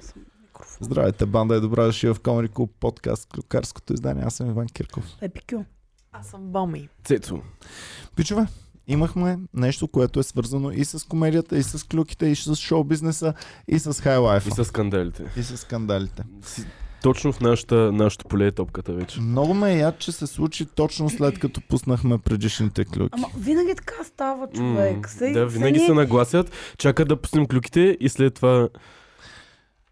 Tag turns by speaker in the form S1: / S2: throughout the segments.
S1: съм микрофон.
S2: Здравейте, банда е добра дошли в Комери Клуб подкаст Клюкарското издание. Аз съм Иван Кирков.
S3: е
S1: Епикю. Аз съм Боми.
S3: Цецо.
S2: Пичове, имахме нещо, което е свързано и с комедията, и с клюките, и с шоу бизнеса, и с хайлайфа.
S3: И с скандалите.
S2: и с скандалите.
S3: Си- Точно в нашата, нашето поле е топката вече.
S2: Много ме е яд, че се случи точно след като пуснахме предишните клюки.
S1: Ама винаги така става човек.
S3: М,
S1: Се,
S3: да, винаги се нагласят, чакат да пуснем клюките и след това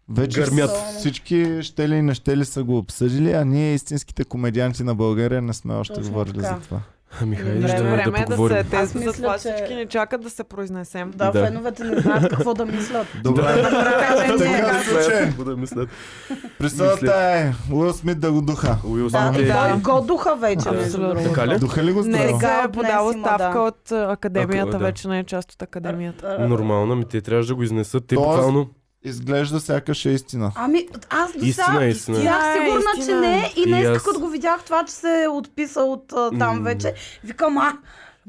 S2: Вече
S3: гърмят.
S2: с- всички ще ли и не ще ли са го обсъдили, а ние истинските комедианти на България не сме още
S1: Точно
S2: говорили
S1: така.
S2: за това.
S3: ами хайде
S4: Време,
S3: да,
S4: да, време
S3: да
S4: е да
S3: поговорим.
S4: се
S3: Да
S1: Аз
S4: тези,
S1: мисля,
S4: затова
S1: че-
S4: всички ни чакат да се произнесем.
S1: Да,
S3: Да.
S1: феновете не знаят какво да мислят.
S2: Добре,
S4: Така,
S2: така,
S4: ние
S2: да.
S4: казваме.
S2: случай.
S3: да мислят.
S2: присъдата е Уил Смит да го духа.
S3: Уил
S1: Да,
S3: Смит е-
S1: да.
S4: да.
S1: Го духа вече,
S3: Да.
S1: между
S4: Да.
S2: Е,
S1: другото.
S3: Така ли?
S2: Духа ли го
S4: Не
S2: здраво?
S1: сега,
S4: сега е
S1: днес
S4: подала
S1: има,
S4: ставка
S1: да.
S4: от а, академията,
S3: Ако, да.
S4: вече не е част от академията.
S3: Нормално, ми те трябваше да го изнесат. Те
S2: Тоест-
S3: буквално.
S2: Изглежда сякаш е истина.
S1: Ами, аз до
S3: Истина,
S1: сега
S3: истина.
S1: бях
S4: Да,
S1: сигурна, че
S4: истина.
S1: не е и
S3: И
S1: днес,
S3: аз-
S1: като го видях това, че се е отписал от а, там
S3: М.
S1: вече, викам, а,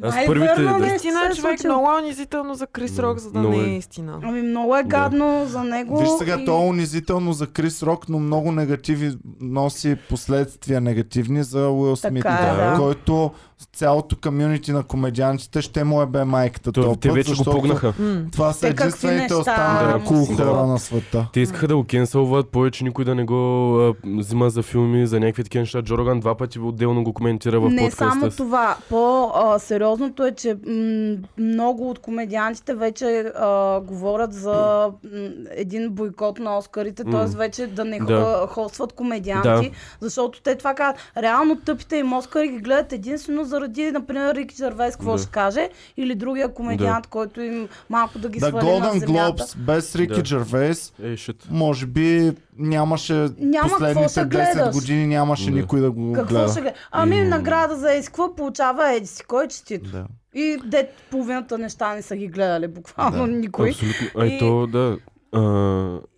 S3: Аз
S1: май е
S3: първите-
S1: верно
S3: да.
S1: нещо
S4: Истина
S1: се
S4: е човек
S1: случило.
S4: много унизително за Крис
S3: М,
S4: Рок, за да
S3: много
S4: не
S3: е.
S4: е истина.
S1: Ами много е
S3: Да.
S1: гадно за него.
S2: Виж сега,
S1: и-
S2: то е унизително за Крис Рок, но много негативи носи последствия негативни за Уил
S1: Така
S2: Смит,
S1: е,
S3: да.
S2: който с цялото комюнити на комедиантите ще му е бе майката.
S3: Той-
S2: този
S3: Те
S2: път,
S3: вече го
S2: защото
S3: погнаха.
S4: М.
S2: Това са
S1: Те какви
S2: единствените
S1: неща
S2: останали
S3: му
S2: кул
S3: си
S2: хора
S1: говорят.
S2: на света.
S3: Те искаха да го кенселват, повече никой да не го а, взима за филми, за някакви такива неща. Джороган два пъти отделно го коментира в
S1: Не
S3: подкаста.
S1: само
S3: си.
S1: това. По-сериозното е, че м, много от комедиантите вече а, говорят за м, един бойкот на Оскарите,
S3: М.
S1: т.е. вече да не
S3: Да.
S1: да. хостват комедианти,
S3: Да.
S1: защото те това казват. Реално тъпите им Оскари ги гледат единствено заради, например, Рики Жервейс, какво
S3: Да.
S1: ще каже, или другия комедиант, който им малко да ги
S2: Да,
S1: свали на
S2: Golden
S1: земята.
S2: Globes без Рики
S3: Да.
S2: Джервейс,
S3: Е, шит.
S2: може би нямаше
S1: Няма какво
S2: последните
S1: да гледаш.
S2: 10 години нямаше
S3: Да.
S2: никой да го
S1: Какво ще
S2: гледа.
S1: гледа? Ами
S3: М.
S1: награда за Есква получава Еди си, кой е честито.
S2: Да.
S1: И дет половината неща не са ги гледали, буквално
S2: Да.
S1: никой.
S3: Абсолютно. А и
S1: И-
S3: то, да. А,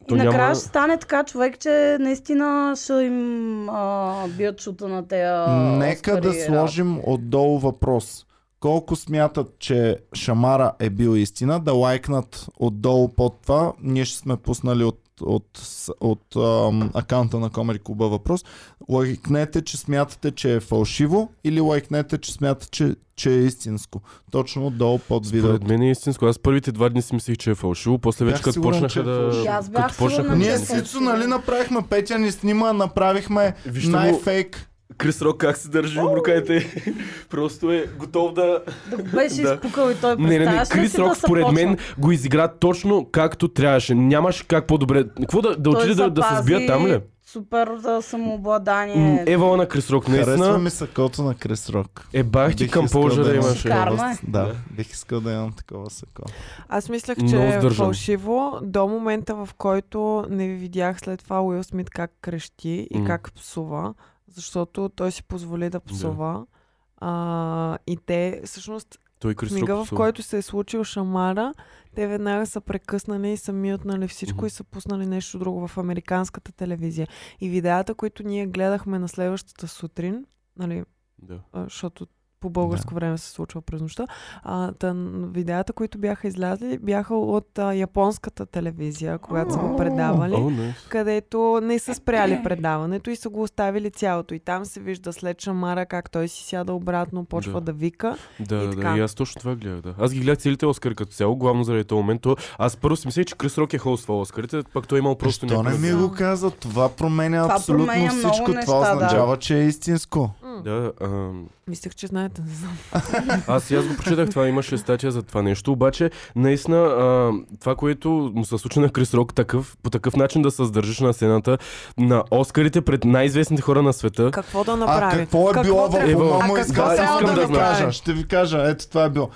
S1: И
S3: то няма...
S1: накрая ще стане така човек, че наистина ще им а, бият шута на тея
S2: Нека да сложим отдолу въпрос. Колко смятат, че Шамара е бил истина, да лайкнат отдолу под това. Ние ще сме пуснали от, от, с- от, ам, акаунта на Комери Куба въпрос. Лайкнете, че смятате, че е фалшиво или лайкнете, че смятате, че, че е истинско. Точно отдолу под
S3: Според
S2: видеото.
S3: мен е истинско. Аз първите два дни си мислех, че е фалшиво. После вече
S2: Бях
S3: като
S2: сигурен,
S3: почнаха
S2: че е
S3: да...
S2: фалшиво.
S1: Аз бях
S3: Като почнаха
S1: сигурна, че
S2: Ние
S3: да...
S1: е
S2: с Ицо,
S1: фалшиво.
S2: нали направихме, Петя ни снима, направихме
S3: Вижте го.
S2: най-фейк.
S3: Крис Рок как се държи в ръкаите. Просто е готов да...
S1: Да го беше
S3: Да.
S1: изпукал и той
S3: Не, не, не.
S1: представяш ли
S3: Крис
S1: си
S3: Рок
S1: да се
S3: според
S1: почна?
S3: мен го изигра точно както трябваше. Нямаше как по-добре... Какво да, да
S1: Той
S3: отиде да, да се
S1: запази
S3: сбият там ли?
S1: Супер да,
S3: М, е,
S1: самообладание.
S3: Ева на Крис Рок,
S2: Харесва
S3: наистина.
S2: ми сакото на Крис Рок.
S3: Е, бах ти
S2: Бих
S3: към
S2: искал
S3: Полжа да
S2: имам
S3: имаше.
S1: Карма
S2: такова-
S1: е.
S2: Да, бих искал да имам такова сако.
S4: Аз мислех,
S3: Много
S4: че е
S3: сдържан.
S4: фалшиво до момента, в който не ви видях след това Уил Смит как крещи и
S3: М.
S4: как псува, защото той си позволи да псува. А, и те, всъщност,
S3: Той
S4: в
S3: Крис Рок.
S4: мига, в
S3: псува.
S4: който се е случил шамара, те веднага са прекъснали и са мютнали всичко
S3: Мгм.
S4: и са пуснали нещо друго в американската телевизия. И видеята, които ние гледахме на следващата сутрин, нали,
S3: Да.
S4: а, защото по българско да. време се случва през нощта. А, тън, видеята, които бяха излязли, бяха от а, японската телевизия, когато са го
S2: О.
S4: предавали,
S3: О, не.
S4: където не са спряли предаването и са го оставили цялото. И там се вижда след шамара как той си сяда обратно, почва
S3: Да.
S4: да, да вика.
S3: Да,
S4: И
S3: да, да,
S4: така.
S3: и аз точно това гледах. Да. Аз ги гледах целите Оскари като цяло, главно заради този момент. То- Аз първо си мислех, че Крис Рок е холствал Оскарите, пък той е имал просто
S2: Що не
S3: някакъв-
S2: ми го каза? Това променя
S1: Това
S2: абсолютно
S1: променя много
S2: всичко. това
S1: неща, да.
S2: означава, че е истинско.
S4: М.
S3: Да, ам,
S4: Мислех, че знаете. Не знам.
S3: аз и аз го прочитах, това имаше статия за това нещо, обаче наистина а, това, което му се случи на Крис Рок такъв, по такъв начин да се задържиш на сцената на Оскарите пред най-известните хора на света.
S4: Какво да
S2: А
S4: направи?
S2: какво е било в
S4: трябва-
S2: ума му?
S4: А какво
S2: Искам
S4: трябва
S2: само
S4: да
S2: да ви
S4: направи?
S2: кажа. Ще ви кажа. Ето това е било.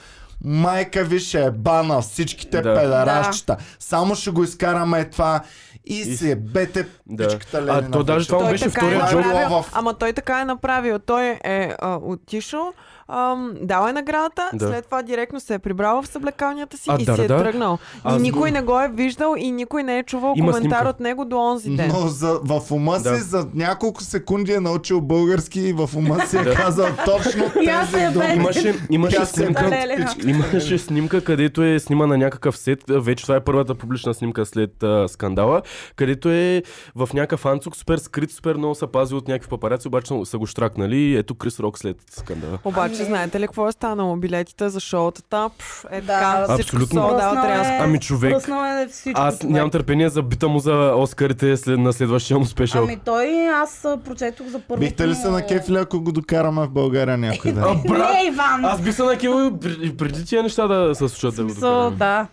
S2: Майка ви ще е бана всичките
S3: Да.
S2: педаращчета. Само ще го изкараме това и
S3: И-
S2: се бете
S3: Да.
S2: пичката
S3: А,
S2: Ленина
S3: то даже
S2: вече.
S3: това му
S4: той
S3: беше
S4: така
S3: втория
S4: е
S2: джоб.
S4: направил,
S2: Лавов.
S4: Ама той така е направил. Той е а, отишъл, ам, дал е наградата,
S3: Да.
S4: да. след това директно се е прибрал в съблекалнията си
S3: А,
S4: и
S3: да,
S4: си е
S3: да.
S4: тръгнал.
S3: Аз
S4: и
S3: го-
S4: никой не го е виждал и никой не е чувал
S3: Има
S4: коментар
S3: снимка.
S4: от него до онзи ден.
S2: Но за, в ума
S3: Да.
S2: си за няколко секунди е научил български и в ума си е казал точно
S1: И аз
S2: тези
S1: я бе.
S2: думи.
S3: Имаше, имаше
S2: Тя се
S3: снимка.
S1: е Лелена.
S3: Имаше снимка, където е снима на някакъв сет. Вече това е първата публична снимка след а, скандала, където е в някакъв анцук, супер скрит, супер много се пази от някакви папараци, обаче са- са го штракнали. и Ето Крис Рок след скандала.
S4: Обаче, знаете ли какво е станало? Билетите за шоутата, пф, е
S1: Да.
S4: така, всичко
S3: Абсолютно.
S4: солдал,
S1: Пръснал е.
S4: трябва
S3: Ами човек,
S1: Пръснал е всичко.
S3: аз
S1: човек.
S3: нямам търпение за бита му за Оскарите след, на следващия му спешъл.
S1: Ами той, аз а, прочетох за първото
S2: Бихте ли се
S1: му-
S2: на кефля, ако го докараме в България някой ден?
S3: А, брат,
S1: Не, Иван!
S3: Аз би се накил и пр- и преди тия неща да се случат да го
S1: Смисъл,
S3: докарам.
S1: да.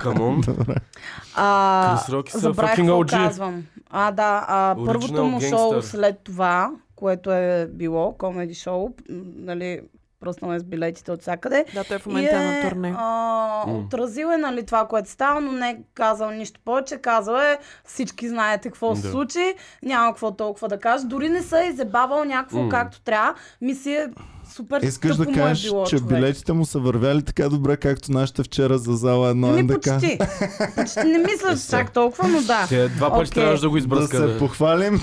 S3: Камон.
S1: А,
S3: Крис Рок и са
S1: забравих
S3: fucking
S1: какво
S3: OG.
S1: казвам. А, да, а,
S3: Original
S1: първото му
S3: gangster.
S1: шоу след това, което е било, комеди шоу, м, нали, пръснал е с билетите от всякъде.
S4: Да, той в
S1: И
S4: момента е на турне.
S1: А,
S3: М.
S1: отразил е нали, това, което става, но не е казал нищо повече. Казал е, всички знаете какво се
S3: Да.
S1: случи, няма какво толкова да кажа. Дори не се е изебавал някакво
S3: М.
S1: както трябва. Ми си е супер
S2: Искаш
S1: тъпо
S2: да
S1: му е
S2: кажеш,
S1: било,
S2: че
S1: човек.
S2: билетите му са вървяли така добре, както нашите вчера за зала едно
S1: Ми
S2: НДК?
S1: почти. почти. Не мисля
S3: Е,
S1: чак толкова, но да.
S3: Те два пъти
S1: Окей.
S3: трябваше да го
S2: Да
S3: избръска.
S2: се похвалим.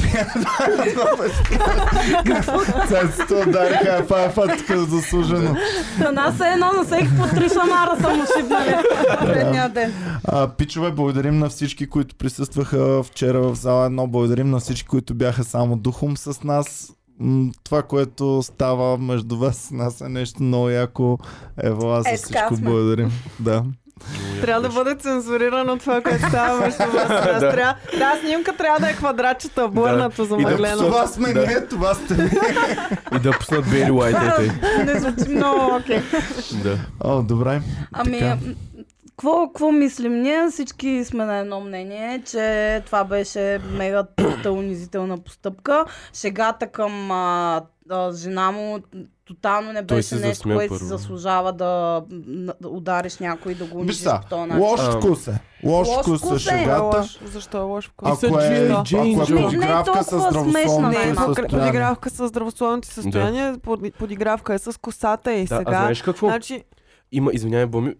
S2: Цецето удариха е файфа тук заслужено.
S1: На нас е едно на всеки по три шамара са му шибнали предния ден.
S2: А, пичове, благодарим на всички, които присъстваха вчера в зала едно. Благодарим на всички, които бяха само духом с нас. М, Това, което става между вас и нас е нещо много яко. Ева, за
S1: Е, така
S2: всичко
S1: сме.
S2: благодарим. Да.
S4: Трябва да бъде цензурирано това, което става между вас. Аз
S3: Да.
S4: трябва- Да, снимка трябва да е квадратчета, бърнато
S3: И да
S4: за
S2: И да,
S4: мъглено.
S2: това сме
S3: Да.
S2: ние, това сте ние.
S3: И да пуснат Бели Уайтете.
S1: Не звучи много окей.
S3: Да.
S2: О, добре.
S1: Ами,
S2: Така.
S1: м, какво, какво мислим? Ние всички сме на едно мнение, че това беше мега тъпта, унизителна постъпка. Шегата към а, а, жена му тотално не
S3: Той
S1: беше
S3: се
S1: нещо,
S3: засмя
S1: което си
S3: първо.
S1: заслужава да, м, да удариш някой и да го
S2: Виж
S1: унижиш
S2: са,
S1: по този начин.
S2: лош
S3: Ам.
S2: вкус е. Лош
S1: Лош
S2: вкус е
S1: вкус е,
S4: Защо е
S2: шегата.
S4: лош? Защо е лош?
S3: Ако
S2: Ако е,
S3: Джей-
S2: ако е
S3: Джей- Джей-
S1: Не е
S2: подигравка с
S1: толкова
S2: здравословното
S1: смешна,
S4: Не,
S1: е
S4: е
S1: малко.
S2: състояние.
S4: подигравка с здравословното си състояние, под- подигравка е с косата и
S3: Да, а
S4: сега.
S3: знаеш какво?
S4: Значи,
S3: Има, извинявай, Боми.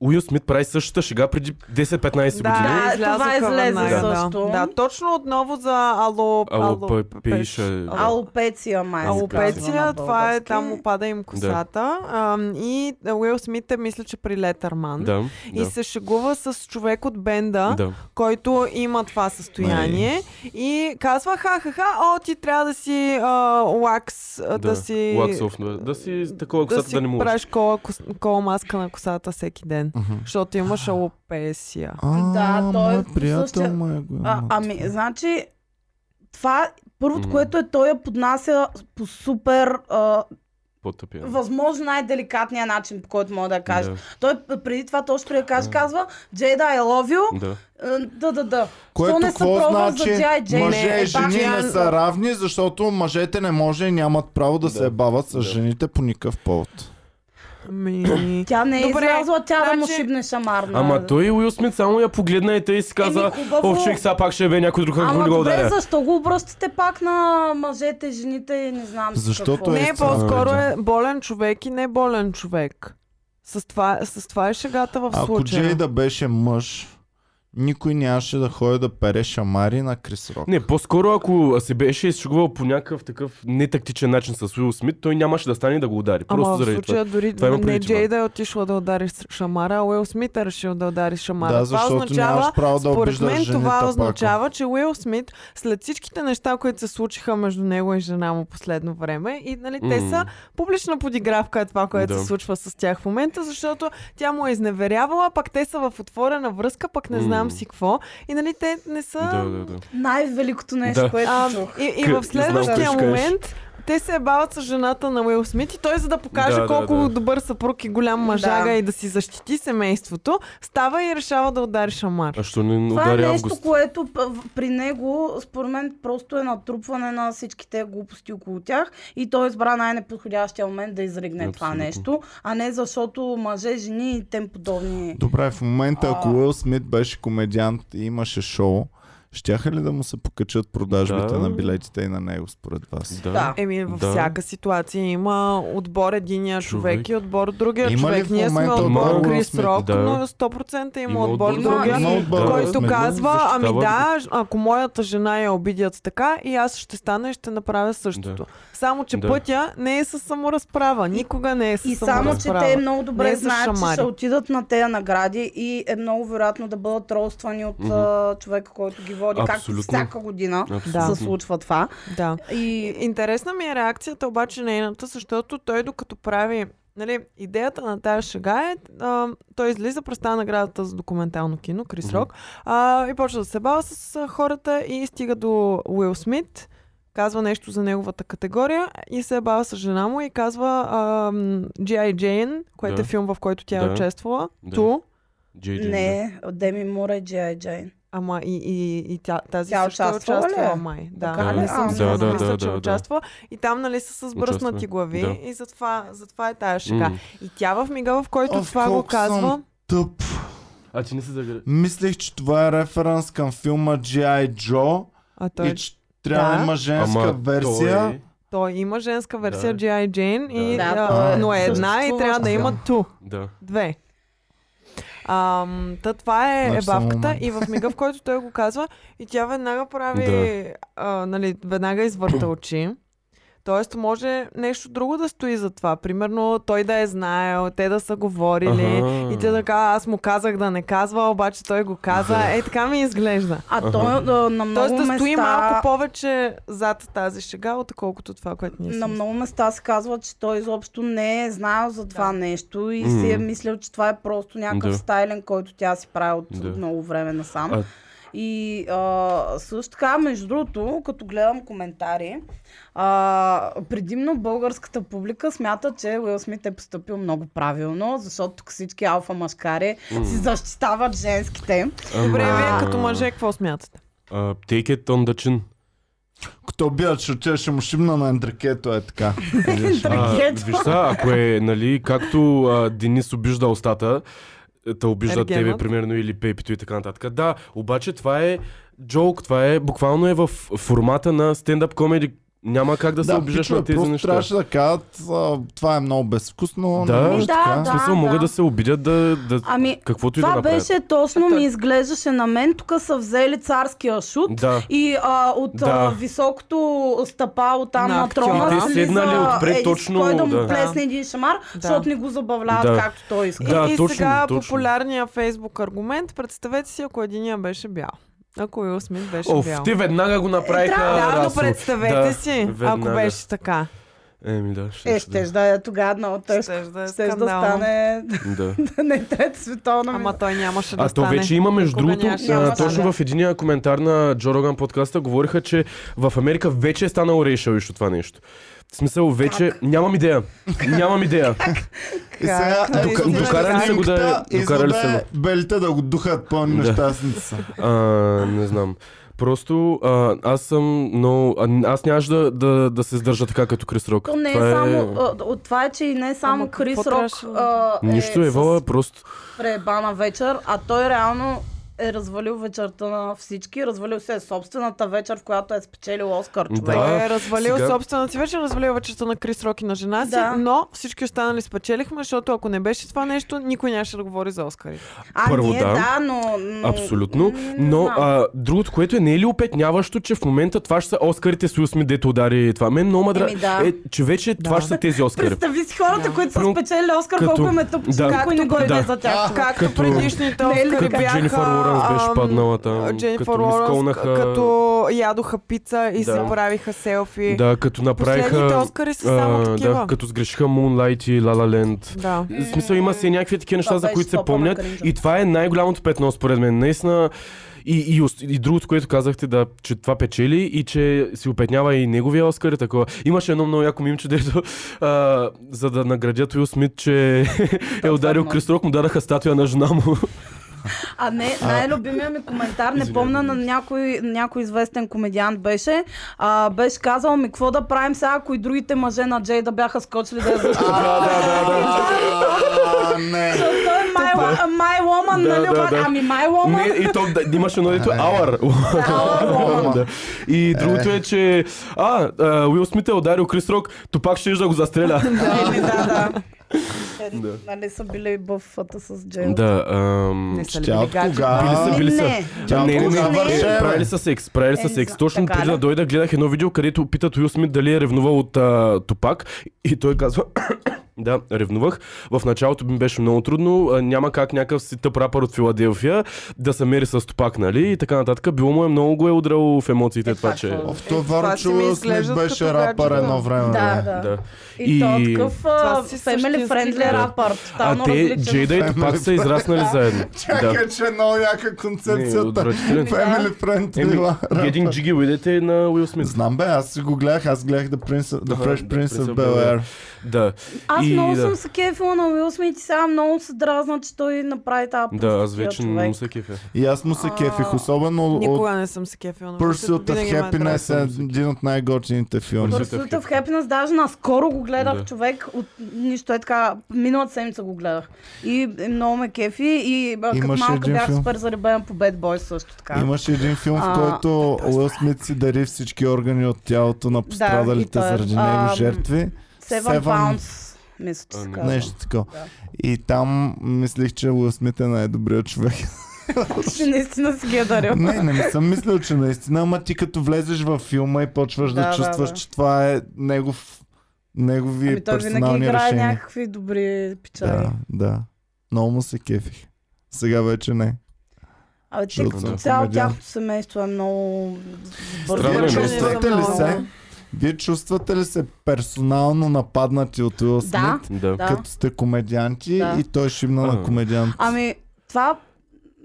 S3: Уил Смит прави същата шега преди 10-15 години.
S1: Да, това
S4: излязоха
S1: излезе
S4: веднага.
S1: също.
S4: Да, точно отново за ало...
S3: Ало,
S4: пеш-
S3: пиша.
S1: Алопеция май. се казва
S4: Алопеция,
S1: на
S4: това е
S1: български.
S4: там опада им косата. А, и Уил Смит е, мисля, че при Летърман.
S3: Да,
S4: И
S3: да.
S4: се шегува с човек от бенда,
S3: Да.
S4: който има това състояние и казва ха-ха-ха, о, ти трябва да си а, лакс, а, да,
S3: Да,
S4: си...
S3: Лаксов, да. Да си такова
S4: да
S3: косата
S4: си
S3: да не му
S4: правиш кола, кос- кола маска на косата всеки ден, защото имаш алопесия.
S2: А,
S1: Да, той е
S2: мой
S1: по
S2: приятел
S1: същия-
S2: ме го
S1: А,
S2: има.
S1: ами, значи, това първото,
S3: М.
S1: което е, той я поднася по супер, а,
S3: по-тъпия.
S1: възможно най-деликатния начин, по който мога да я кажа.
S3: Да,
S1: Той п- преди това точно преди да каже,
S3: Да.
S1: казва, Джейда, I love you,
S3: да.
S1: Е, да, да, да.
S2: Което
S1: Що не се
S2: какво
S1: пробва
S2: значи?
S1: за G.I. Jane?
S2: Мъже
S1: Е,
S2: и
S1: пак
S2: жени не
S1: Ян-
S2: са равни, защото мъжете не може и нямат право да,
S3: Да.
S2: се бават с
S3: Да.
S2: жените по никакъв повод.
S4: Ми...
S1: Тя не е
S4: Добре,
S1: излязла, тя да му
S4: значи-
S1: шибне шамарна.
S3: Ама той Уил Смит само я погледна и тъй си каза,
S1: Еми, хубаво.
S3: о, човек, сега пак ще бе някой друг, ако
S1: Ама
S3: не го
S1: добре,
S3: ударя.
S1: защо го обръщате пак на мъжете, жените и не знам си
S2: Защото
S1: какво.
S2: е
S4: Не,
S2: Тоест,
S4: по-скоро
S2: а,
S4: е болен човек и не е болен човек. С това, с това е шегата в
S2: Ако
S4: случая.
S2: Джей да беше мъж, никой нямаше да ходи да пере шамари на Крис Рок.
S3: Не, по-скоро ако се беше изшугувал по някакъв такъв нетактичен начин с Уил Смит, той нямаше да стане да го удари. Просто
S4: Ама в
S3: заради това.
S4: случая дори
S3: Това има
S4: не
S3: предвид, Иван.
S4: Джей да е отишла да удари с- Шамара, а Уил Смит е решил да удари Шамара.
S2: Да,
S4: Това
S2: защото
S4: означава,
S2: нямаш право да
S4: според
S2: обиждаш
S4: мен
S2: жените,
S4: това
S2: Пако.
S4: означава, че Уил Смит след всичките неща, които се случиха между него и жена му последно време, и нали, те
S3: М.
S4: са публична подигравка е това, което
S3: Да.
S4: се случва с тях в момента, защото тя му е изневерявала, пък те са в отворена връзка, пък не знам
S3: М.
S4: си какво. И нали те не са...
S3: Да, да, да.
S1: Най-великото нещо,
S3: Да.
S1: което
S4: А,
S1: чух.
S4: и, и
S3: Къ-
S4: в следващия
S3: знам, че ще
S4: момент те се бават с жената на Уил Смит и той, за да покаже
S3: Да, да,
S4: колко
S3: да.
S4: добър съпруг и голям мъжага
S1: Да.
S4: и да си защити семейството, става и решава да удари Шамар.
S3: А що не
S1: Това е
S3: удари
S1: нещо,
S3: август?
S1: което п- в- при него, според мен, просто е натрупване на всичките глупости около тях и той избра най-неподходящия момент да изригне това
S3: Абсолютно.
S1: нещо, а не защото мъже, жени и тем подобни.
S2: Добре, в момента, ако
S1: А.
S2: Уил Смит беше комедиант и имаше шоу, Щяха ли да му се покачат продажбите
S3: Да.
S2: на билетите и на него, според вас?
S1: Да.
S4: Еми, във
S3: Да.
S4: всяка ситуация има отбор единия човек,
S3: Човек.
S4: и отбор другия
S2: Има ли
S4: човек.
S2: в
S4: Ние сме
S2: момента
S4: отбор
S3: отбор
S4: Крис
S2: на
S4: Рок,
S3: сме-
S4: но 100% има,
S3: Има
S4: отбор
S1: отбор на
S4: другия.
S1: сме-
S2: отбор,
S4: който
S2: сме го
S4: казва, ами
S3: защитавали.
S4: да, ако моята жена я обидят така, и аз ще стана и ще направя същото. Само, че
S3: Да.
S4: пътя не е със саморазправа. Никога не е със
S1: И само, че
S4: саморазправа.
S1: те много добре
S4: Не са
S1: знаят, че
S4: шамари.
S1: ще отидат на тези награди и е много вероятно да бъдат тролствани от
S3: Мгм.
S1: а, човека, който ги води, както
S3: Абсолютно.
S1: всяка година
S3: Абсолютно.
S1: се случва това.
S4: Да.
S1: И
S4: Интересна ми е реакцията обаче нейната, защото той докато прави... Нали, идеята на тази шега е, а, той излиза, представя наградата за документално кино, Крис
S3: Мгм.
S4: Рок, а, и почва да се бава с а, хората и стига до Уил Смит, казва нещо за неговата категория и се бава с жена му и казва а, м, G.I. Jane, което
S3: Да.
S4: е филм, в който тя е
S3: Да.
S4: участвала,
S3: Да.
S4: ту,
S3: Джей Джей, да.
S1: не, Деми Муре, Джей Джейн.
S4: Ама и, и, и тя, тази
S1: Тя
S4: също е
S1: участвала ли е?
S4: участвала май. Да,
S1: Така ли?
S4: не съм
S1: А,
S4: сигурна,
S1: да, да,
S4: мисля,
S3: да,
S4: че
S3: да, да.
S4: участва. И там нали са с бръснати
S3: Участва.
S4: глави
S3: Да.
S4: и затова, затова е тая шега.
S3: М.
S4: И тя в мига, в който
S2: Ох,
S4: това го
S2: колко
S4: казва,
S2: съм- Тъп.
S3: А ти не се загра...
S2: Мислех, че това е референс към филма G.I. Joe
S4: а той,
S2: и че трябва да
S4: Да.
S2: има женска версия.
S3: Той... е-
S4: той има женска версия
S3: Да.
S4: G.I. Jane, и,
S1: Да,
S4: а,
S1: той е
S4: но е една и
S1: съществуващ
S4: трябва да
S2: филм.
S4: има ту.
S3: Да.
S4: Две. Ам, та това е
S2: Значи само
S4: ебавката
S2: момент.
S4: и в мига, в който той го казва и тя веднага прави,
S3: Да.
S4: а, нали, веднага извърта очи. Тоест може нещо друго да стои за това. Примерно той да е знаел, те да са говорили
S3: Аха.
S4: и те да казва, аз му казах да не казва, обаче той го каза. Е, така ми изглежда.
S1: А той а, на много
S4: Тоест да
S1: места...
S4: стои малко повече зад тази шега, отколкото това, което ние
S1: На
S4: сме.
S1: много места се казва, че той изобщо не е знаел за това
S4: Да.
S1: нещо и
S3: Мгм.
S1: си е мислил, че това е просто някакъв
S3: Да.
S1: стайлен, който тя си прави от
S3: Да.
S1: много време насам.
S3: А-
S1: И а, също така, между другото, като гледам коментари, а, предимно българската публика смята, че Уил Смит е поступил много правилно, защото тук всички алфа машкари
S3: М.
S1: си защитават женските.
S4: Добре,
S3: Ама-
S4: вие като мъже, какво смятате?
S3: А, Take it on the chin.
S2: Като бият, ще отида, ще му шимна на ендрекето, е така. Виж.
S3: А,
S1: Ракето.
S3: виж са, ако е, нали, както а, Денис обижда устата, е, те обижда
S4: Ергенът.
S3: тебе, примерно, или пепито и така нататък. Да, обаче това е джок, това е буквално е в формата на стендъп комеди. Няма как да се обиждаш
S2: пичове,
S3: на тези
S2: просто
S3: неща.
S2: трябваше да кажат, а, това е много безвкусно.
S3: Да.
S2: не може
S1: Да,
S2: така.
S3: В
S1: Да,
S3: смисъл, могат
S1: да.
S3: да се обидят да, да
S1: Ами,
S3: каквото и да
S1: Това
S3: направят.
S1: беше точно ми
S4: Той-
S1: изглеждаше на мен. Тук са взели царския шут
S3: Да.
S1: И а, от
S3: Да.
S1: а, високото стъпало там
S4: На
S1: на,
S4: актьора.
S1: трона
S4: И те
S1: слиза
S3: седнали отпред
S1: еди си
S3: точно,
S1: Кой да му
S3: да.
S1: плесне един шамар, защото не го забавляват
S3: Да.
S1: както той иска.
S3: Да,
S4: и и
S3: точно,
S4: сега
S3: точно.
S4: популярния фейсбук аргумент. Представете си, ако единия беше бял. Ако Уил Смит беше
S3: Оф,
S4: бял.
S3: ти веднага го направиха.
S1: Е, трябва
S4: Да, но
S3: Расо.
S4: представете
S3: Да,
S4: си,
S3: веднага.
S4: ако беше така.
S3: Еми да, ще
S1: Е, ще да е тогава много тежко.
S4: Щеш да е
S1: Ще да
S4: скандално.
S1: стане
S3: да.
S1: да не е трета световна ми.
S4: Ама той нямаше да
S3: А то
S4: стане.
S3: вече има, между
S4: Никога
S3: другото,
S4: нямаше
S3: а,
S1: да
S3: точно
S1: стане.
S3: в единия коментар на Джо Роган подкаста говориха, че в Америка вече е станало racial issue това нещо. В смисъл, вече нямам идея. Нямам идея.
S2: И сега
S4: Как?
S2: е,
S4: Дока- докарали
S2: изведнъж
S4: са
S3: го да е-
S2: снимката,
S3: докарали
S2: изведнъж
S3: са
S2: белите да го духат пълни
S3: Да.
S2: нещастница.
S3: А, не знам. Просто а, аз съм много... а, Аз нямаше да, да, да се сдържа така като Крис Рок.
S1: То не е
S3: Това
S1: само. а, От това е, че и не е само
S4: Ама какво
S1: Крис Рок
S4: трябваше
S1: а, е,
S3: Нищо е,
S1: с
S3: Вала, просто...
S1: пребана вечер, а той реално е развалил вечерта на всички. Развалил се е собствената вечер, в която е спечелил Оскар
S3: Да.
S1: човек.
S4: Той е развалил
S3: сега-
S4: собствената си вече, е развалил вечерта на Крис Рок и на жена си,
S1: Да.
S4: но всички останали спечелихме, защото ако не беше това нещо, никой нямаше да говори за Оскари.
S1: А,
S3: Първо,
S1: ние,
S3: да.
S1: да, но, но...
S3: Абсолютно.
S1: М, не
S3: Но
S1: знам.
S3: а, другото, което е не е ли опетняващо, че в момента това ще са Оскарите с Уил Смит, дето удари това. Мен много мадра...
S1: Еми, да.
S3: е, че вече това ще са тези Оскари.
S1: Представи си хората,
S4: Да.
S1: които са
S3: Прямо
S1: спечели Оскар,
S3: като-
S1: колко им е тъпо, че
S3: да.
S1: никой не го иде
S3: Да.
S1: за тях. човек.
S4: Както
S3: Като-
S4: предишните
S1: Не е ли
S4: Оскари
S1: така?
S4: бяха...
S3: Дженнифър Лоренс беше
S4: ам,
S3: паднала там,
S4: Дженнифър
S3: като ми
S4: Лоренс,
S3: сколнаха-
S4: като ядоха пица и
S3: Да.
S4: се правиха селфи.
S3: Да, като
S4: Последните
S3: направиха...
S4: Оскари са
S3: а,
S4: само такива.
S3: да, като сгрешиха Moonlight и La La Land.
S4: Да.
S3: В смисъл има си някакви такива неща,
S1: Това
S3: за
S1: беше
S3: които се
S1: топа на
S3: помнят.
S1: кринжа.
S3: И това е най-голямото петно, според мен. Наистина. И, и, ос- и другото, което казахте, да, че това печели и че си опетнява и неговия Оскар и такова. Имаше едно много яко мимче, дето, а, за да наградят Уил Смит, че е ударил
S1: много.
S3: Крис Рок, му дадаха статуя на жена му.
S1: А не, най-любимия ми коментар, не помна на някой, някой известен комедиант беше, а, беше казал ми, какво да правим сега, ако и другите мъже на Джей да бяха скочили да я защитят.
S2: А, не.
S1: Той е My, Wo- My Woman Woman,
S3: Да,
S1: нали?
S3: да,
S1: обаче?
S3: да.
S1: Ами My Woman.
S3: Не, и то да, имаше едно дето Our
S1: Woman.
S3: Да. И другото е, че а, а, Уил Смит е ударил Крис Рок, то пак ще да го застреля.
S1: Еми, Ами, да, да. Те,
S3: Да.
S1: Нали са били бъфата с Джейл.
S3: Да, ам,
S4: Не са ли
S2: Тя от
S4: бегачи?
S3: били
S2: кога...
S3: са, били са.
S1: Не.
S2: Тя
S3: не, не,
S1: кога
S3: не,
S1: върши,
S3: не,
S2: бе?
S3: правили са секс, правили
S1: Е,
S3: са
S1: не
S3: секс.
S1: знам.
S3: Точно
S1: Така
S3: преди
S1: ли?
S3: да дойда, гледах едно видео, където питат Уил Смит дали е ревнувал от а, Тупак и той казва... Да, ревнувах. В началото ми беше много трудно. А, няма как някакъв си тъп рапър от Филаделфия да се мери с Тупак, нали? И така нататък. Било му е много го е удрал в емоциите
S1: Е,
S3: това,
S1: факт,
S3: че...
S1: факт.
S2: В това
S4: Е, това
S2: Варчо
S4: си ми
S2: Смит
S4: изглеждат
S2: беше
S4: като
S2: рапър
S4: гаджета.
S2: едно време.
S1: Да,
S2: бе.
S1: да.
S3: Да.
S1: И,
S3: И-
S1: той е такъв
S4: Това
S1: а,
S4: си
S1: family friendly
S4: същински-
S1: рапър.
S3: А
S1: Тотално
S3: те,
S1: различен.
S3: Джейда и Тупак са израснали заедно. Да.
S2: е Чакай, че е много яка концепцията.
S3: отвратителен.
S2: Family friend
S3: Еми,
S2: била
S3: един
S2: рапър.
S3: джиги уйдете на Уил Смит.
S2: Знам бе, аз си го гледах, аз гледах The, Prince, The
S3: Аха,
S2: Fresh
S3: The
S2: Prince of
S3: Prince of
S2: Bel-Air.
S3: Да.
S1: Аз
S3: И
S1: много
S3: да.
S1: съм се кефила на Уил Смит и сега много се дразна, че той направи тази
S3: Да, аз
S1: простотия,
S3: вече не
S1: човек.
S3: му се кефя.
S2: И аз му се
S1: А,
S2: кефих, особено от
S4: Никога не съм се кефила на
S2: Pursuit
S4: музиката,
S2: of
S4: винаги ме е
S2: Happiness
S4: дразнило.
S2: е един от най-готините филми.
S3: Пърс-
S1: Pursuit of Happiness, даже наскоро го гледах
S3: Да.
S1: човек, от нищо е така, миналата седмица го гледах. И е, много ме кефи и а, като
S2: Имаше
S1: малка
S2: един
S1: бях
S2: филм.
S1: супер заребена по Bad Boys също така.
S2: Имаше един филм, в
S1: А,
S2: който Уил Смит си дари всички органи от тялото на пострадалите
S1: той е,
S2: заради
S1: ам,
S2: него жертви.
S1: Seven
S2: Seven-
S1: Pounds, мисля, че
S3: А,
S1: се
S3: не.
S1: казва.
S2: Нещо такова.
S1: Да.
S2: И там мислих, че Уил Смит е най-добрият човек.
S1: Ти наистина си ги е дарил.
S2: Не, не ми съм мислил, че наистина, ама ти като влезеш във филма и почваш да,
S1: Да, да,
S2: чувстваш,
S1: да.
S2: че това е негов, негови
S1: Ами той винаги
S2: персонални
S1: играе
S2: решения.
S1: някакви добри печали.
S2: Да, да. Много му се кефих. Сега вече не.
S1: Абе, ти
S2: Защото
S1: като
S2: съм
S1: цяло
S2: комедиан.
S1: тяхното семейство е много бързо.
S3: Странно е,
S2: Вие
S3: наистина.
S2: чувствате ли се?
S4: Много.
S2: Вие чувствате ли се персонално нападнати от Уил Смит?
S1: Да,
S3: Да.
S1: да.
S2: Като сте комедианти
S1: Да.
S2: и той шимна на
S3: А.
S2: комедиант.
S1: Ами, това,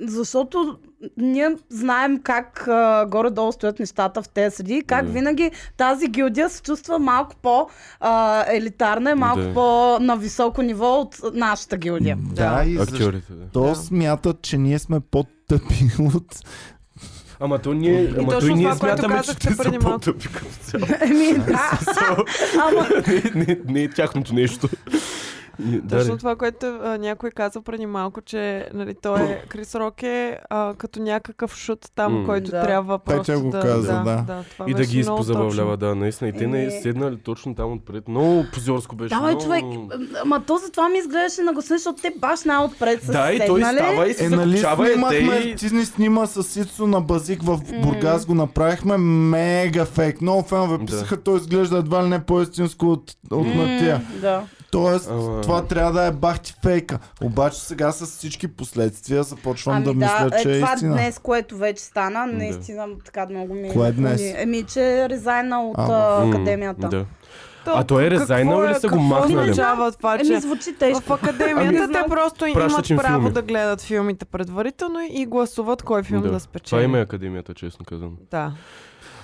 S1: защото ние знаем как а, горе-долу стоят нещата в тези среди и как
S3: Да.
S1: винаги тази гилдия се чувства малко по-елитарна и малко
S3: Да.
S1: по-на високо ниво от нашата гилдия.
S2: Да, и защо?
S3: Актьорите, да.
S2: То
S4: Да.
S2: смятат, че ние сме по-тъпи от...
S3: Ама то ние, ама то и
S4: точно
S3: ние
S4: това, което
S3: смятаме, че
S4: казахте
S3: те са
S4: преди малко.
S3: по-тъпи като цяло.
S1: Еми, да. Ама,
S3: не, не, не е тяхното нещо. И- да,
S4: Точно
S3: да.
S4: това, което а, някой каза преди малко, че нали, той е, Крис Рок е а, като някакъв шут там,
S3: М.
S4: който
S1: Да.
S4: трябва просто
S2: го
S4: да,
S2: каза, да.
S4: да това
S3: И да
S4: беше
S3: ги
S4: много
S3: изпозабавлява,
S4: точно.
S3: да, наистина. И те не
S1: Еми-
S3: седнали точно там отпред. Много позорско беше.
S1: давай,
S3: много...
S1: човек, ама то за това ми изглеждаше на гостин, защото те баш най-отпред са
S3: Да, и той
S1: седнали.
S3: става и се
S2: Е, нали
S3: закопчава, е, те
S2: снимахме,
S3: и...
S2: ти ни снима с Ицо на базик в Бургас, го направихме мега фейк. Много фенове
S3: Да.
S2: писаха, той изглежда едва ли не по-истинско от, от на тия.
S1: М, Да.
S2: Тоест,
S3: Ама-
S2: това трябва да е бахти фейка. Обаче сега с всички последствия започвам да, мисля, че е,
S1: Ами това
S2: истина.
S1: днес, което вече стана, наистина така много ми...
S2: Кое е днес?
S1: ми- Еми, че е резайна от
S2: Ама.
S1: а,
S3: М,
S1: академията.
S3: Да.
S4: То,
S3: А той е
S4: какво
S3: резайнал
S4: е-
S3: или са го
S4: какво
S3: махнали?
S4: означава това, че
S1: Еми, Е, звучи тежко.
S4: в академията
S1: Ами,
S4: те просто имат
S3: пращат им
S4: право
S3: филми.
S4: да гледат филмите предварително и гласуват кой филм да,
S3: да.
S4: спечели.
S3: Това име е академията, честно казвам.
S4: Да.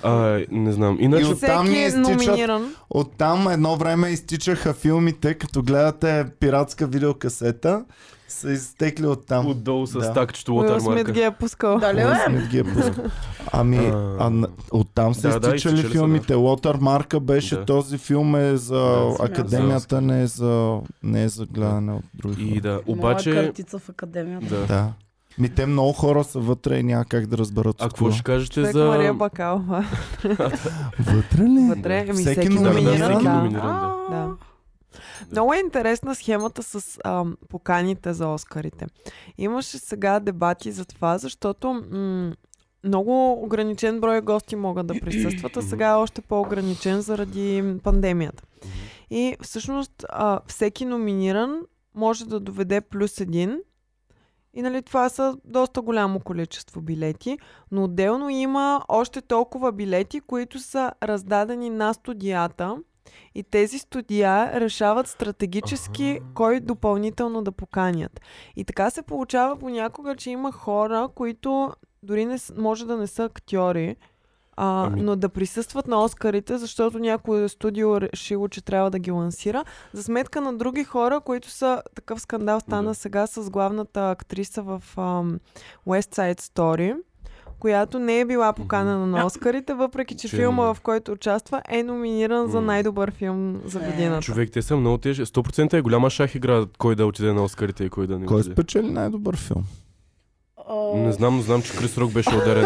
S3: А, не знам. Иначе...
S2: И от- Оттам
S4: Всеки
S2: ни
S4: е
S2: изтичат-
S4: номиниран.
S2: Оттам едно време изтичаха филмите, като гледате пиратска видеокасета, са изтекли оттам.
S3: Отдолу с
S2: Да.
S3: такчето
S4: Уил Смит
S3: лотармарка.
S4: ги е пускал.
S1: Дали
S2: Уил
S1: Нали, бе?
S2: Смит ги е пускал. Ами,
S3: А.
S2: а, на- оттам са
S3: Да, да,
S2: изтичали
S3: изтичали са,
S2: филмите. Лотърмарка беше
S3: Да.
S2: този филм е за
S3: Да,
S1: смятам.
S2: академията, не е за, не е за гледане от други
S3: И
S2: хора.
S3: да,
S1: Моя
S3: обаче...
S1: картица в академията.
S3: Да.
S2: Да. Ми те много хора са вътре и няма как да разберат.
S3: А
S2: от
S3: какво ще кажете
S4: Човек Мария
S3: за...
S4: Бакал.
S2: Вътре ли?
S4: Вътре, еми
S2: Всеки
S4: всеки,
S3: Да, да,
S2: номиниран,
S4: номиниран.
S3: всеки
S4: Да,
S3: номиниран, да.
S4: да. Много е интересна схемата с ам, поканите за Оскарите. Имаше сега дебати за това, защото м- много ограничен брой гости могат да присъстват, а сега е още по-ограничен заради м, пандемията. И всъщност а, всеки номиниран може да доведе плюс един. И нали, това са доста голямо количество билети, но отделно има още толкова билети, които са раздадени на студията. И тези студия решават стратегически кой допълнително да поканят. И така се получава понякога, че има хора, които дори не, с- може да не са актьори, а,
S3: Ами-
S4: но да присъстват на Оскарите, защото някое студио решило, че трябва да ги лансира, за сметка на други хора, които са... Такъв скандал стана
S3: Да.
S4: сега с главната актриса в ам, West Side Story, която не е била поканена на Оскарите, въпреки че
S3: Че е
S4: филма,
S3: номиниран.
S4: в който участва, е номиниран за
S3: М.
S4: най-добър филм за
S1: Е.
S4: годината.
S3: Човек, те са много тежи. 100% е голяма шах игра, кой да отиде на Оскарите и кой да не
S2: Кой
S3: отиде.
S2: спечели най-добър филм?
S1: а,
S3: Не знам, но знам, че Крис Рок беше ударен.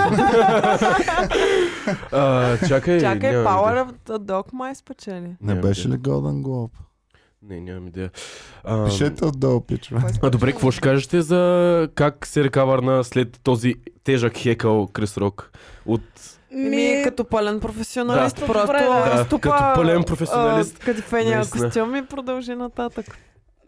S3: а, чакай,
S4: Чакай,
S3: нямам идея.
S4: Power of the Dog май спечели.
S2: Не
S3: Няма
S2: беше
S3: идея.
S2: ли Golden Globe?
S3: Не, нямам идея. А,
S2: Пишете отдолу, пичове.
S4: Кой
S3: а добре,
S4: спечели?
S3: какво ще кажете за как се рекавърна след този тежък хекал Крис Рок? От...
S2: Ами,
S4: Ми, Ами, като пълен професионалист,
S1: Да.
S4: просто
S1: Добре, да.
S3: Да,
S4: стопа,
S3: като пълен професионалист.
S4: а, Кадифения
S3: Наистина.
S4: костюм и продължи нататък.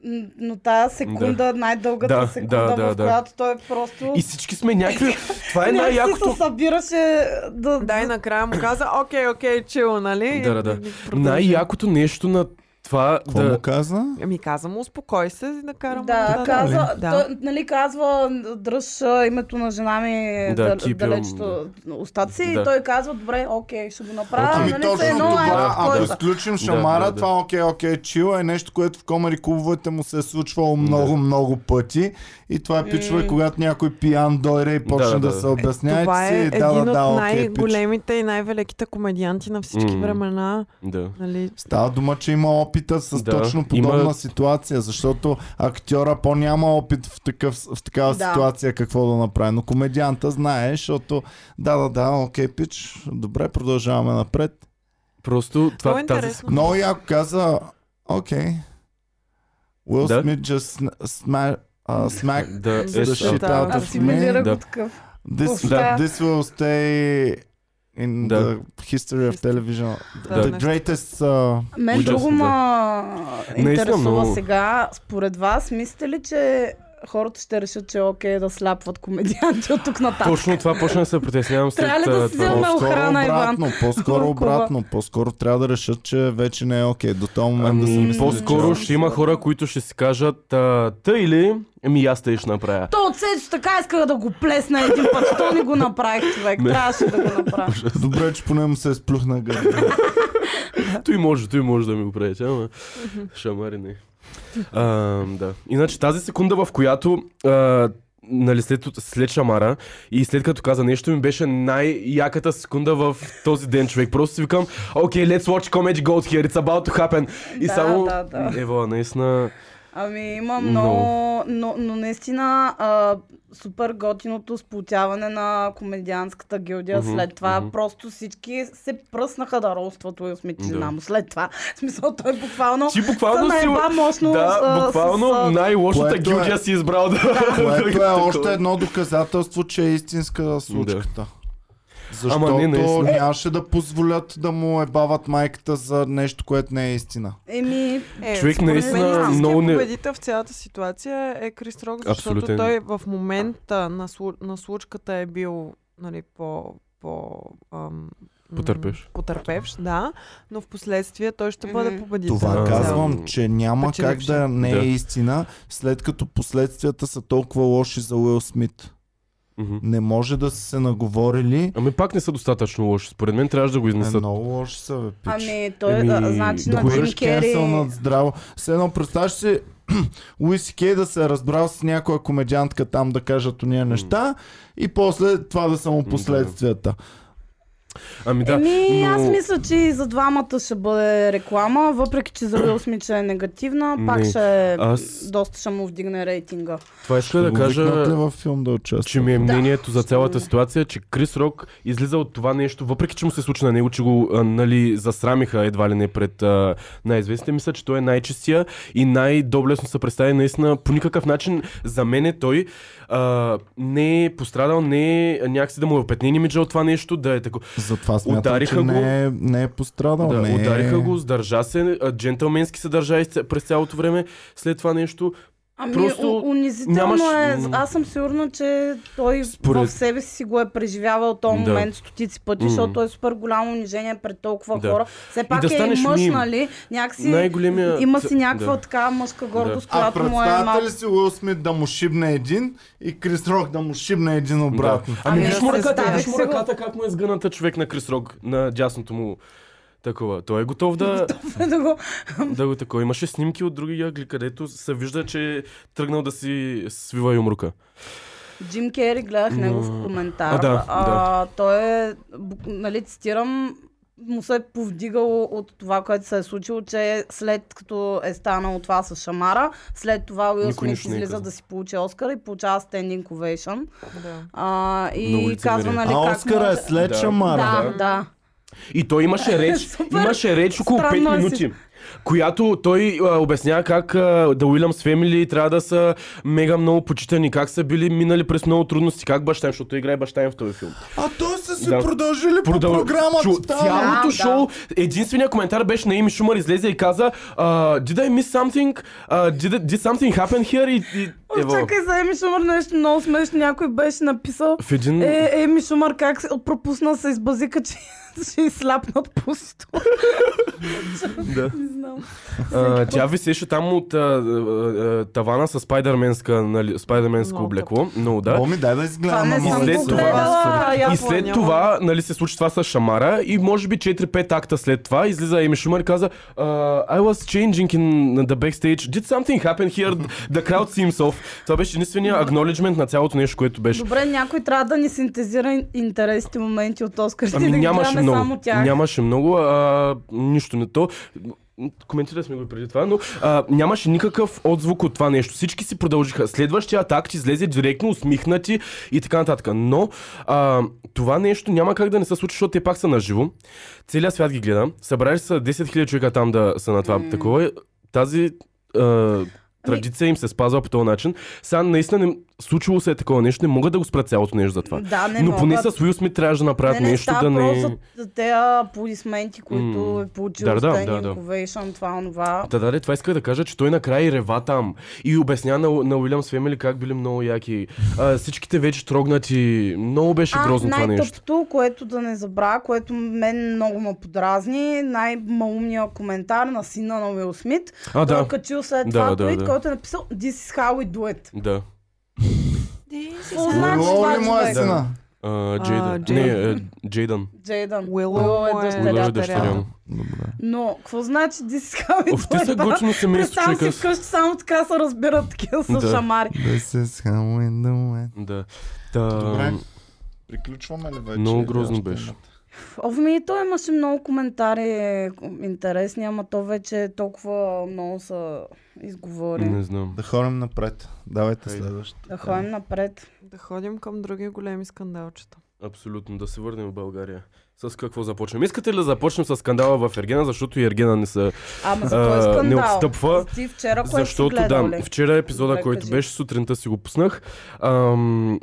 S1: М, Но тази секунда, най-дългата
S3: Да,
S1: секунда,
S3: да, да,
S1: в
S3: да.
S1: която той е просто...
S3: И всички сме някакви... Това е
S1: Някакси
S3: най-якото.
S1: се събираше да...
S4: Да, и накрая му каза, окей, окей, чил, нали?
S3: Да,
S4: И-
S3: да, да.
S4: и продължи.
S3: Най-якото нещо на това
S2: Какво
S3: да...
S2: му каза?
S4: Ами каза му, успокой се и да карам.
S1: Да, каза,
S4: да.
S1: Той, нали, казва, дръж а, името на жена ми
S3: Да,
S1: да,
S3: keep your-
S1: далечето устата си и
S3: Да.
S1: той казва, добре, окей, ще го направя,
S3: Окей.
S2: Ами
S1: нали,
S2: точно
S1: все едно е
S2: това,
S1: кой
S2: ако
S1: знае.
S2: изключим шамара,
S3: да, да.
S2: това окей, окей, чил е нещо, което в комари клубовете му се е случвало много, много пъти. И това е пичове, когато някой пиян дойде и почне да,
S3: Да, да, да.
S2: се обяснява,
S4: Това
S2: че
S4: е
S2: си
S4: един
S2: да, да,
S4: от
S2: да, окей, пич.
S4: най-големите и най-великите комедианти на всички
S3: М.
S4: времена.
S3: Да.
S4: Нали?
S2: Става дума, че има опита с
S3: Да,
S2: точно подобна
S3: има-
S2: ситуация, защото актьора по няма опит в, такъв, в такава
S1: Да.
S2: ситуация какво да направи. Но комедианта знае, защото да, да, да, окей, пич, добре, продължаваме напред.
S3: Просто
S4: Много
S3: това, тази
S4: интересно.
S2: Много яко каза, окей. Уил
S3: Да.
S2: Смит just sn- sma- uh, smack
S3: Да,
S4: За
S3: е,
S2: the
S4: защита.
S2: shit
S4: Да.
S2: out of me.
S1: Асимилира
S3: Да.
S1: го такъв.
S2: This,
S1: Да.
S2: this will stay in
S3: Да.
S2: the history of television.
S4: Да,
S2: The
S4: нещо.
S2: greatest... Uh,
S1: Мен
S3: Ужасно,
S1: друго
S3: да.
S1: ма
S3: Наистина,
S1: интересува
S3: много.
S1: сега. Според вас, мислите ли, че хората ще решат, че е окей да сляпват комедианти от тук нататък?
S3: Точно това почна да се притеснявам след
S1: Трябва ли да
S3: а,
S1: си
S3: това.
S1: взема- Имаме
S2: по-скоро
S1: охрана, Иван.
S2: обратно, по-скоро
S1: Толкова.
S2: обратно, по-скоро трябва да решат, че вече не е окей. До този момент да се
S3: Ами,
S2: мисли,
S3: по-скоро
S2: че...
S3: ще има хора, които ще си кажат а, та или ами аз тъй ще направя.
S1: То от Сечо така исках да го плесна един път. То не го направих, човек.
S3: Не.
S1: Трябваше да го направя.
S2: Добре, че поне му се е сплюхна гърба.
S3: Той може, той може да ми го правите, ама шамари не. А, да. Иначе тази секунда, в която а, нали, след, след шамара и след като каза нещо ми беше най-яката секунда в този ден, човек. Просто си викам, окей, okay, let's watch Comedy Gold here, it's about to happen. И
S1: Да,
S3: само,
S1: да, да.
S3: ева, наистина,
S1: Ами има
S3: Но.
S1: много, но, но наистина а, супер готиното сплотяване на комедианската гилдия
S3: Мгм,
S1: след това.
S3: мгм.
S1: Просто всички се пръснаха да ростват Уил Смит и
S3: Да.
S1: жена му след това. В смисъл той буквално
S3: ти
S1: се
S3: буквално си...
S1: наеба мощно
S3: Да,
S1: а,
S3: буквално
S1: с, а,
S3: най-лошата
S2: Което е-
S3: гилдия си избрал да...
S2: Което е
S3: Такова.
S2: още едно доказателство, че е истинска случката. Защото
S3: Ама не, наистина.
S2: нямаше да позволят да му ебават майката за нещо, което не е истина.
S1: Еми,
S4: Е,
S3: Човек
S4: според мен
S3: наистина
S4: истинският
S3: много не-
S4: победител в цялата ситуация е Крис Рок, защото
S3: Абсолютен.
S4: той в момента на, слу... на случката е бил нали, по... по ам... м,
S3: Потърпевш.
S4: Потърпевш, да, но в последствие той ще бъде
S1: Мгм.
S4: победител.
S2: Това
S3: Да.
S4: на цялото.
S2: казвам, че няма как
S4: Печеливши.
S2: да не е
S3: Да.
S2: истина, след като последствията са толкова лоши за Уил Смит.
S3: Мгм.
S2: Не може да са се наговорили.
S3: Ами пак не са достатъчно лоши. Според мен трябваше да го
S2: Е,
S3: изнесат.
S2: много лоши са, бе, пич.
S1: ами той
S3: Еми,
S1: да, значи
S3: да
S1: на
S3: го
S1: Джим
S2: Хвърляш
S1: Кери...
S2: кенсъл над здраво. Все едно представяш си Луис Кей да се е разбрал с някоя комедиантка там да кажат уния неща и после това да са му последствията.
S3: Ами да,
S1: Еми,
S3: но...
S1: аз мисля, че и за двамата ще бъде реклама, въпреки че за Уил Смит ще е негативна, пак
S3: Не,
S1: ще
S3: аз-
S1: доста ще му вдигне рейтинга.
S3: това исках да
S2: Го викнат ли
S3: кажа,
S2: във филм да участва?
S3: че ми е мнението за цялата
S1: ще-
S3: ситуация, е, че Крис Рок излиза от това нещо, въпреки че му се случи на него, че го а, нали, засрамиха едва ли не пред а, най-известните. Мисля, че той е най-честия и най-доблесно се представи. Наистина, по никакъв начин за мен е той а, не е пострадал, не е някакси да му е опетнен имиджа от това нещо, да е тако.
S2: Затова смятам,
S3: Удариха
S2: че
S3: го.
S2: не е, не е пострадал.
S3: Да,
S2: не е...
S3: удариха го, сдържа се, а, джентълменски се държа изця- през цялото време след това нещо.
S1: Ами,
S3: Просто
S1: Просто унизително нямаш...
S3: нямаш-
S1: е. Аз съм сигурна, че той Според...
S3: Според-
S1: в себе си си го е преживявал този
S3: Да.
S1: момент стотици пъти,
S3: Мгм.
S1: защото е супер голямо унижение пред толкова
S3: Да.
S1: хора. Все пак е
S3: да
S1: и
S3: станеш
S1: мъж,
S3: мим.
S1: нали? Някакси
S3: Най-големия-
S1: има си някаква
S3: да.
S1: така мъжка гордост,
S2: А
S1: която му е
S2: представяте
S1: малко...
S2: ли си Уил Смит да му шибне един и Крис Рок да му шибне един обратно?
S3: Да. Ами,
S1: Ами,
S3: виж му
S1: представяш
S3: ръката, виж
S1: си
S3: му
S1: го.
S3: ръката как му е сгъната човек на Крис Рок, на дясното му такова. Той е готов да,
S1: да го...
S3: да го такова. Имаше снимки от други ягли, където се вижда, че е тръгнал да си свива юмрука.
S1: Джим Кери гледах
S3: Но-
S1: негов коментар.
S3: А, да,
S1: а, Той е, бу- нали, цитирам, му се е повдигало от това, което се е случило, че след като е станало това с Шамара, след това Уил
S3: Никой
S1: Смит
S3: нищо не е
S1: излиза
S3: казал.
S1: да си получи Оскар и получава Standing Ovation.
S4: Да.
S1: А,
S3: Много
S1: и
S3: лицемерие.
S1: казва, нали,
S2: А
S1: как
S2: Оскара е
S1: може...
S2: след
S3: Да.
S2: Шамара.
S1: Да, да.
S3: И той имаше реч,
S1: Супер.
S3: имаше реч около 5
S1: Странно е
S3: минути.
S1: си.
S3: Която той а, обяснява как а, The Williams Family трябва да са мега много почитани, как са били минали през много трудности, как баща им, защото той играе баща им в този филм.
S2: А той са си
S3: Да.
S2: продължили по
S3: Продъл-
S2: програмата.
S3: Чу-
S2: там.
S3: Цялото
S1: Да,
S3: шоу, единственият коментар беше на Ими Шумър, излезе и каза а, Did I miss something? А, did, did something happen here? И, и,
S1: О,
S3: ево.
S1: Чакай за Еми Шумър нещо много смешно. Някой беше написал.
S3: В един...
S1: Е, Еми Шумър как се пропусна се избазика, че е ще изляпнат пусто.
S3: Да.
S1: Не знам.
S3: А, тя висеше там от а, а, а, тавана с спайдерменска, нали, спайдерменско
S4: Много
S3: облекло. Много да.
S2: Боми, дай да
S1: Това
S2: изгледам.
S1: не
S2: ама
S1: съм
S3: след
S1: го
S2: моля те.
S3: това-
S1: гледала.
S3: И
S1: Я
S3: след
S4: няма.
S3: това, нали, се случи това с Шамара и може би 4-5 акта след това излиза Еми Шумър и каза uh, I was changing in the backstage. Did something happen here? The crowd seems off. Това беше единствения acknowledgement на цялото нещо, което беше.
S1: Добре, някой трябва да ни синтезира ин- интересните моменти от Оскарите
S3: Ами
S1: да ги
S3: нямаше
S1: гледаме
S3: много.
S1: само тях.
S3: Нямаше много. А, нищо не то. Коментирали сме го и преди това, но а, нямаше никакъв отзвук от това нещо. Всички си продължиха. Следващия атак излезе директно усмихнати и така нататък. Но а, това нещо няма как да не се случи, защото те пак са наживо. Целият свят ги гледа. Събрали са 10 000 човека там да са на това
S1: М.
S3: такова. е. Тази а, традиция им се спазва по този начин. Сега наистина не, случило се е такова нещо, не могат да го спрат цялото нещо за това.
S1: Да, не
S3: Но поне
S1: могат.
S3: с Уил Смит трябваше да направят
S1: не, не,
S3: нещо
S1: става
S3: да не...
S1: въпрос за те аплодисменти, които
S3: М.
S1: е получил
S3: Да,
S1: да,
S3: да, да,
S1: Standing
S3: да.
S1: Ovation, това, онова.
S3: Да, да, да, това исках да кажа, че той накрая и рева там. И обясня на, на Уилямс Фемили как били много яки. А, всичките вече трогнати. Много беше грозно това нещо.
S1: най-тъпто, което да не забравя, което мен много ме подразни, най-малумният коментар на сина на Уил Смит.
S3: А,
S1: Той
S3: да.
S1: е качил след
S3: Да,
S1: това
S3: да,
S1: твит,
S3: да.
S1: който е написал This is how we do it.
S3: Да.
S1: Какво значи
S2: Лоли,
S1: това,
S2: моя
S1: човек?
S2: сина.
S3: А,
S4: А,
S3: Джейдан.
S4: Джейдан.
S3: Не, е, Джейдан.
S1: Джейдан.
S4: Уило
S1: е
S4: му е-
S1: дъщеря.
S3: Уилър е
S4: Дядата
S3: дъщеря му.
S4: реално.
S2: Добре.
S1: Но, какво значи This is how we
S3: Оф,
S1: do
S3: те са
S1: it?
S3: гочно семейство,
S1: Представям си
S3: човека.
S1: вкъщи, само така се разбират такива с
S3: Да.
S1: шамари.
S2: This is how in the wind.
S3: Да. Та,
S2: Добре. Приключваме ли вече?
S3: Много
S2: Или
S3: грозно
S2: още
S3: беше.
S2: има?
S1: Оф, ми, той имаше много коментари е, интересни, ама то вече толкова много са изговори.
S3: не знам.
S2: Да ходим напред. Давайте
S3: Хайде.
S2: следващата.
S1: Да ходим напред.
S4: Да ходим към други големи скандалчета.
S3: Абсолютно, да се върнем в България. С какво започнем? Искате ли да започнем с скандала в Ергена, защото и Ергена не са
S1: Ама за
S3: А,
S1: този скандал.
S3: не отстъпва,
S1: Ти вчера, което
S3: Защото
S1: си гледал,
S3: да,
S1: ли?
S3: вчера е епизода,
S1: Добре,
S3: който
S1: кажи.
S3: беше сутринта си го пуснах, ам,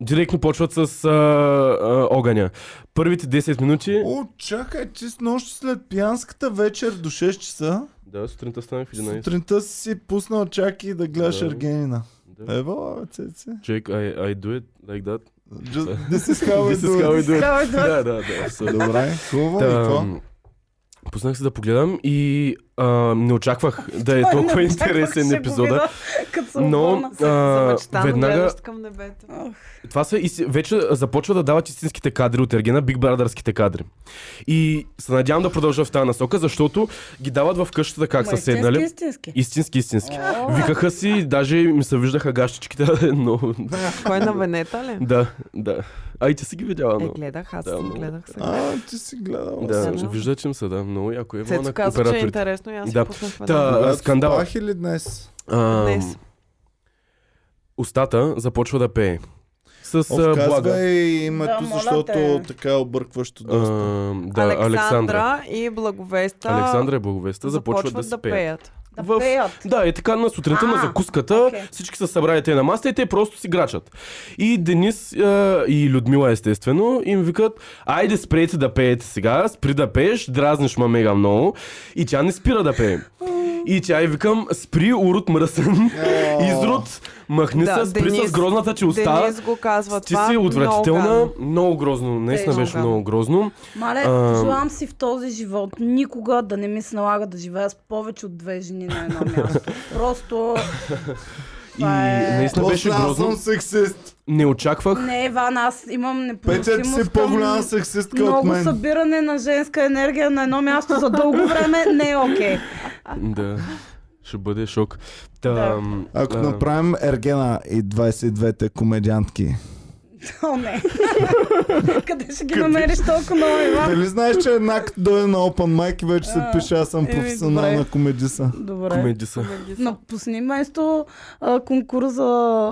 S3: директно почват с а, а, огъня. Първите 10 минути...
S2: О, чакай, ти с нощ след пиянската вечер до 6 часа,
S3: Да, сутринта станах в 11.
S2: сутринта си си пуснал чаки да гледаш
S3: Да.
S2: Ергенина.
S3: Да.
S2: Ева, цеци.
S3: Check, I, I do it like that.
S2: Just- This is how we
S3: This is how
S2: do
S3: I
S2: it.
S3: do it.
S1: How I do it.
S3: Да, да, да. абсолютно.
S2: Добре, хубаво. И какво?
S3: Ам, Пуснах се да погледам и а, не очаквах да е
S1: Той не
S3: толкова
S1: очаквах,
S3: интересен
S1: ще го
S3: епизода.
S1: видя, Като се
S3: Но
S1: но...
S3: а,
S4: Замечтано
S3: веднага
S4: гледаш към небето.
S3: Това са и вече започва да дават истинските кадри от Ергена, Биг Брадърските кадри. И се надявам да продължа в тази насока, защото ги дават в къщата как са седнали.
S1: Истински, истински.
S3: Истински, истински.
S1: О.
S3: Викаха си, даже ми се виждаха гащичките, но...
S4: Кой е на Венета ли?
S3: Да, да. А и ти си ги видяла,
S4: Е,
S3: но...
S4: гледах, аз
S3: Да,
S4: съм
S3: много.
S4: гледах сега.
S2: А, ти си гледал.
S3: Да,
S4: Сигурно.
S3: вижда, че им се да. Много яко е
S4: Цецо
S3: на
S4: каза, че е
S3: операторите.
S4: интересно и аз си
S3: Да.
S4: пуснах
S3: Та,
S4: веднага.
S3: а,
S2: Когато
S3: скандала.
S2: спах или днес?
S3: Ам,
S4: Днес.
S3: Устата започва да пее. С а,
S2: О,
S3: блага.
S2: казвай името,
S1: Да, моля
S2: защото
S1: те.
S2: така е объркващо
S3: А,
S2: доста.
S3: да, Александра.
S4: Александра и Благовеста
S3: Александра и Боговеста започват да се
S4: да
S3: пеят.
S4: пеят.
S1: Да
S3: в-
S1: пеят.
S3: Да, е така на сутринта
S1: А,
S3: на закуската,
S1: окей.
S3: всички са събрали те на маста и те просто си грачат. И Денис а, и Людмила естествено им викат, айде спрете да пеете сега, спри да пееш, дразниш ма мега много. И тя не спира да пее. И тя и викам, спри урод мръсен,
S2: О.
S3: изрод, махни
S4: Да,
S3: се, спри
S4: Денис-
S3: с грозната ти уста.
S4: Денис го казва
S3: Ти
S4: това.
S3: си
S4: много
S3: отвратителна,
S4: гадно.
S3: много грозно, наистина
S1: Тежно.
S3: беше много грозно.
S1: Мале,
S3: Ам.
S1: желам си в този живот никога да не ми се налага да живея с повече от две жени на едно място. Просто
S3: И
S1: Това е-
S3: наистина беше
S2: После аз
S3: грозно.
S2: съм сексист.
S3: Не очаквах.
S1: не, Иван, аз имам
S2: Петя, ти
S1: непоносимост
S2: си по-голяма сексистка от
S1: много
S2: мен.
S1: събиране на женска енергия на едно място за дълго време не е окей.
S3: Да. Ще бъде шок. Та,
S1: Да.
S3: м,
S2: Ако
S3: а,
S2: направим Ергена и 22-те комедиантки,
S1: О, не. Къде ще ги намериш толкова много, Иван?
S2: Дали Нали знаеш, че една като дойде на Open Mic и вече се
S1: А,
S2: пише, аз съм
S1: еми,
S2: професионална
S1: добре.
S2: комедиса.
S1: Добре.
S3: Комедиса.
S1: Напусни место а, конкурс за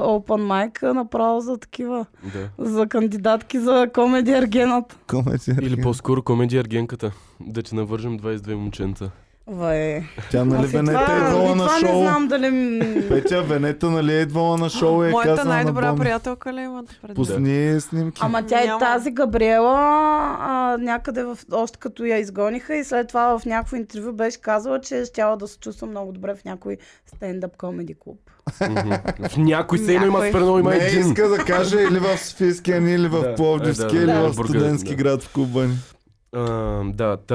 S1: Open Mic, а, направо за такива,
S3: Да.
S1: за кандидатки за комеди Аргенът.
S2: Комедия.
S3: Или по-скоро комедия Аргенката. Да ти навържем 22 момченца.
S1: Вае.
S2: Тя нали
S1: Аз и Значи Ами това-
S2: Венета е
S1: и
S2: идвала на
S1: Това
S2: шоу?
S1: не знам дали... м,
S2: Петя, Венета нали е идвала на шоу и е
S4: Моята
S2: казала на
S4: най-добра
S2: Боми.
S4: приятелка ли имате преди?
S2: Пусни снимки.
S1: Ама тя и
S4: Няма.
S1: тази Габриела а, някъде в, още като я изгониха и след това в някакво интервю беше казала, че е щяла да се чувства много добре в някой стендъп комеди клуб.
S3: Мгм. В някой се има
S4: Някой.
S3: супер много има
S2: Не
S3: един.
S2: иска да каже или в Софийския ни, или
S3: Да.
S2: в
S3: Е,
S2: Пловдивския,
S3: да,
S2: или
S1: да.
S2: в
S3: Бургас,
S2: студентски
S3: да.
S2: град в Куба ни.
S3: А, да, та,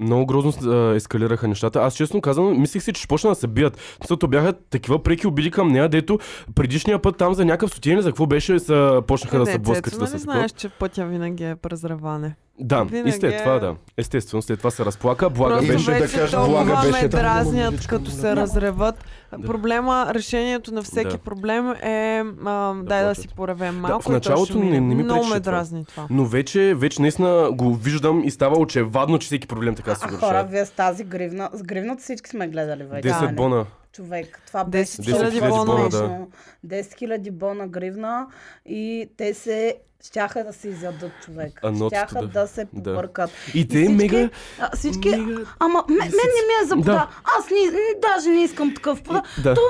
S3: много грозно а, ескалираха нещата. Аз честно казвам, мислих си, че ще почна да се бият. Защото бяха такива преки обиди към нея, дето предишния път там за някакъв сотиен, за какво беше, са, почнаха да се блъскат. и Да,
S4: нали
S3: се такова.
S4: знаеш, че пътя винаги е през раване.
S3: да и
S4: винаги
S3: след това,
S4: е-
S3: да. Естествено, след това се разплака. Блага
S4: Просто
S3: беше.
S2: беше да
S4: вече
S2: кажа,
S4: толкова
S2: влага беше
S4: ме
S2: там.
S4: дразнят, като се разреват.
S3: Да.
S4: Проблема, решението на всеки
S3: Да.
S4: проблем е а, дай да
S3: плачат.
S4: си поревем малко. и то
S3: началото
S4: ще мине.
S3: не- не е ми
S4: Много
S3: пречеше
S4: ме
S3: това.
S4: дразни това.
S3: Но вече, вече наистина го виждам и става очевадно, че всеки проблем така се
S1: А хора,
S3: решава.
S1: вие с тази гривна, с гривната всички сме гледали вече.
S4: Да,
S3: 10
S4: не.
S3: бона.
S1: човек. Това
S4: 10
S1: беше
S4: 000
S1: чудо
S4: бона, да.
S1: смешно. 10 000 бона гривна и те се щяха да се изядат човек.
S3: А нотата
S1: щяха да,
S3: да-
S1: се
S3: да.
S1: побъркат.
S3: И те мега...
S1: а, всички
S3: мега-
S1: Ама мен, мен не ми е за
S3: Да.
S1: пода. Аз ни, ни- даже не искам такъв пода.
S3: Да.
S1: То,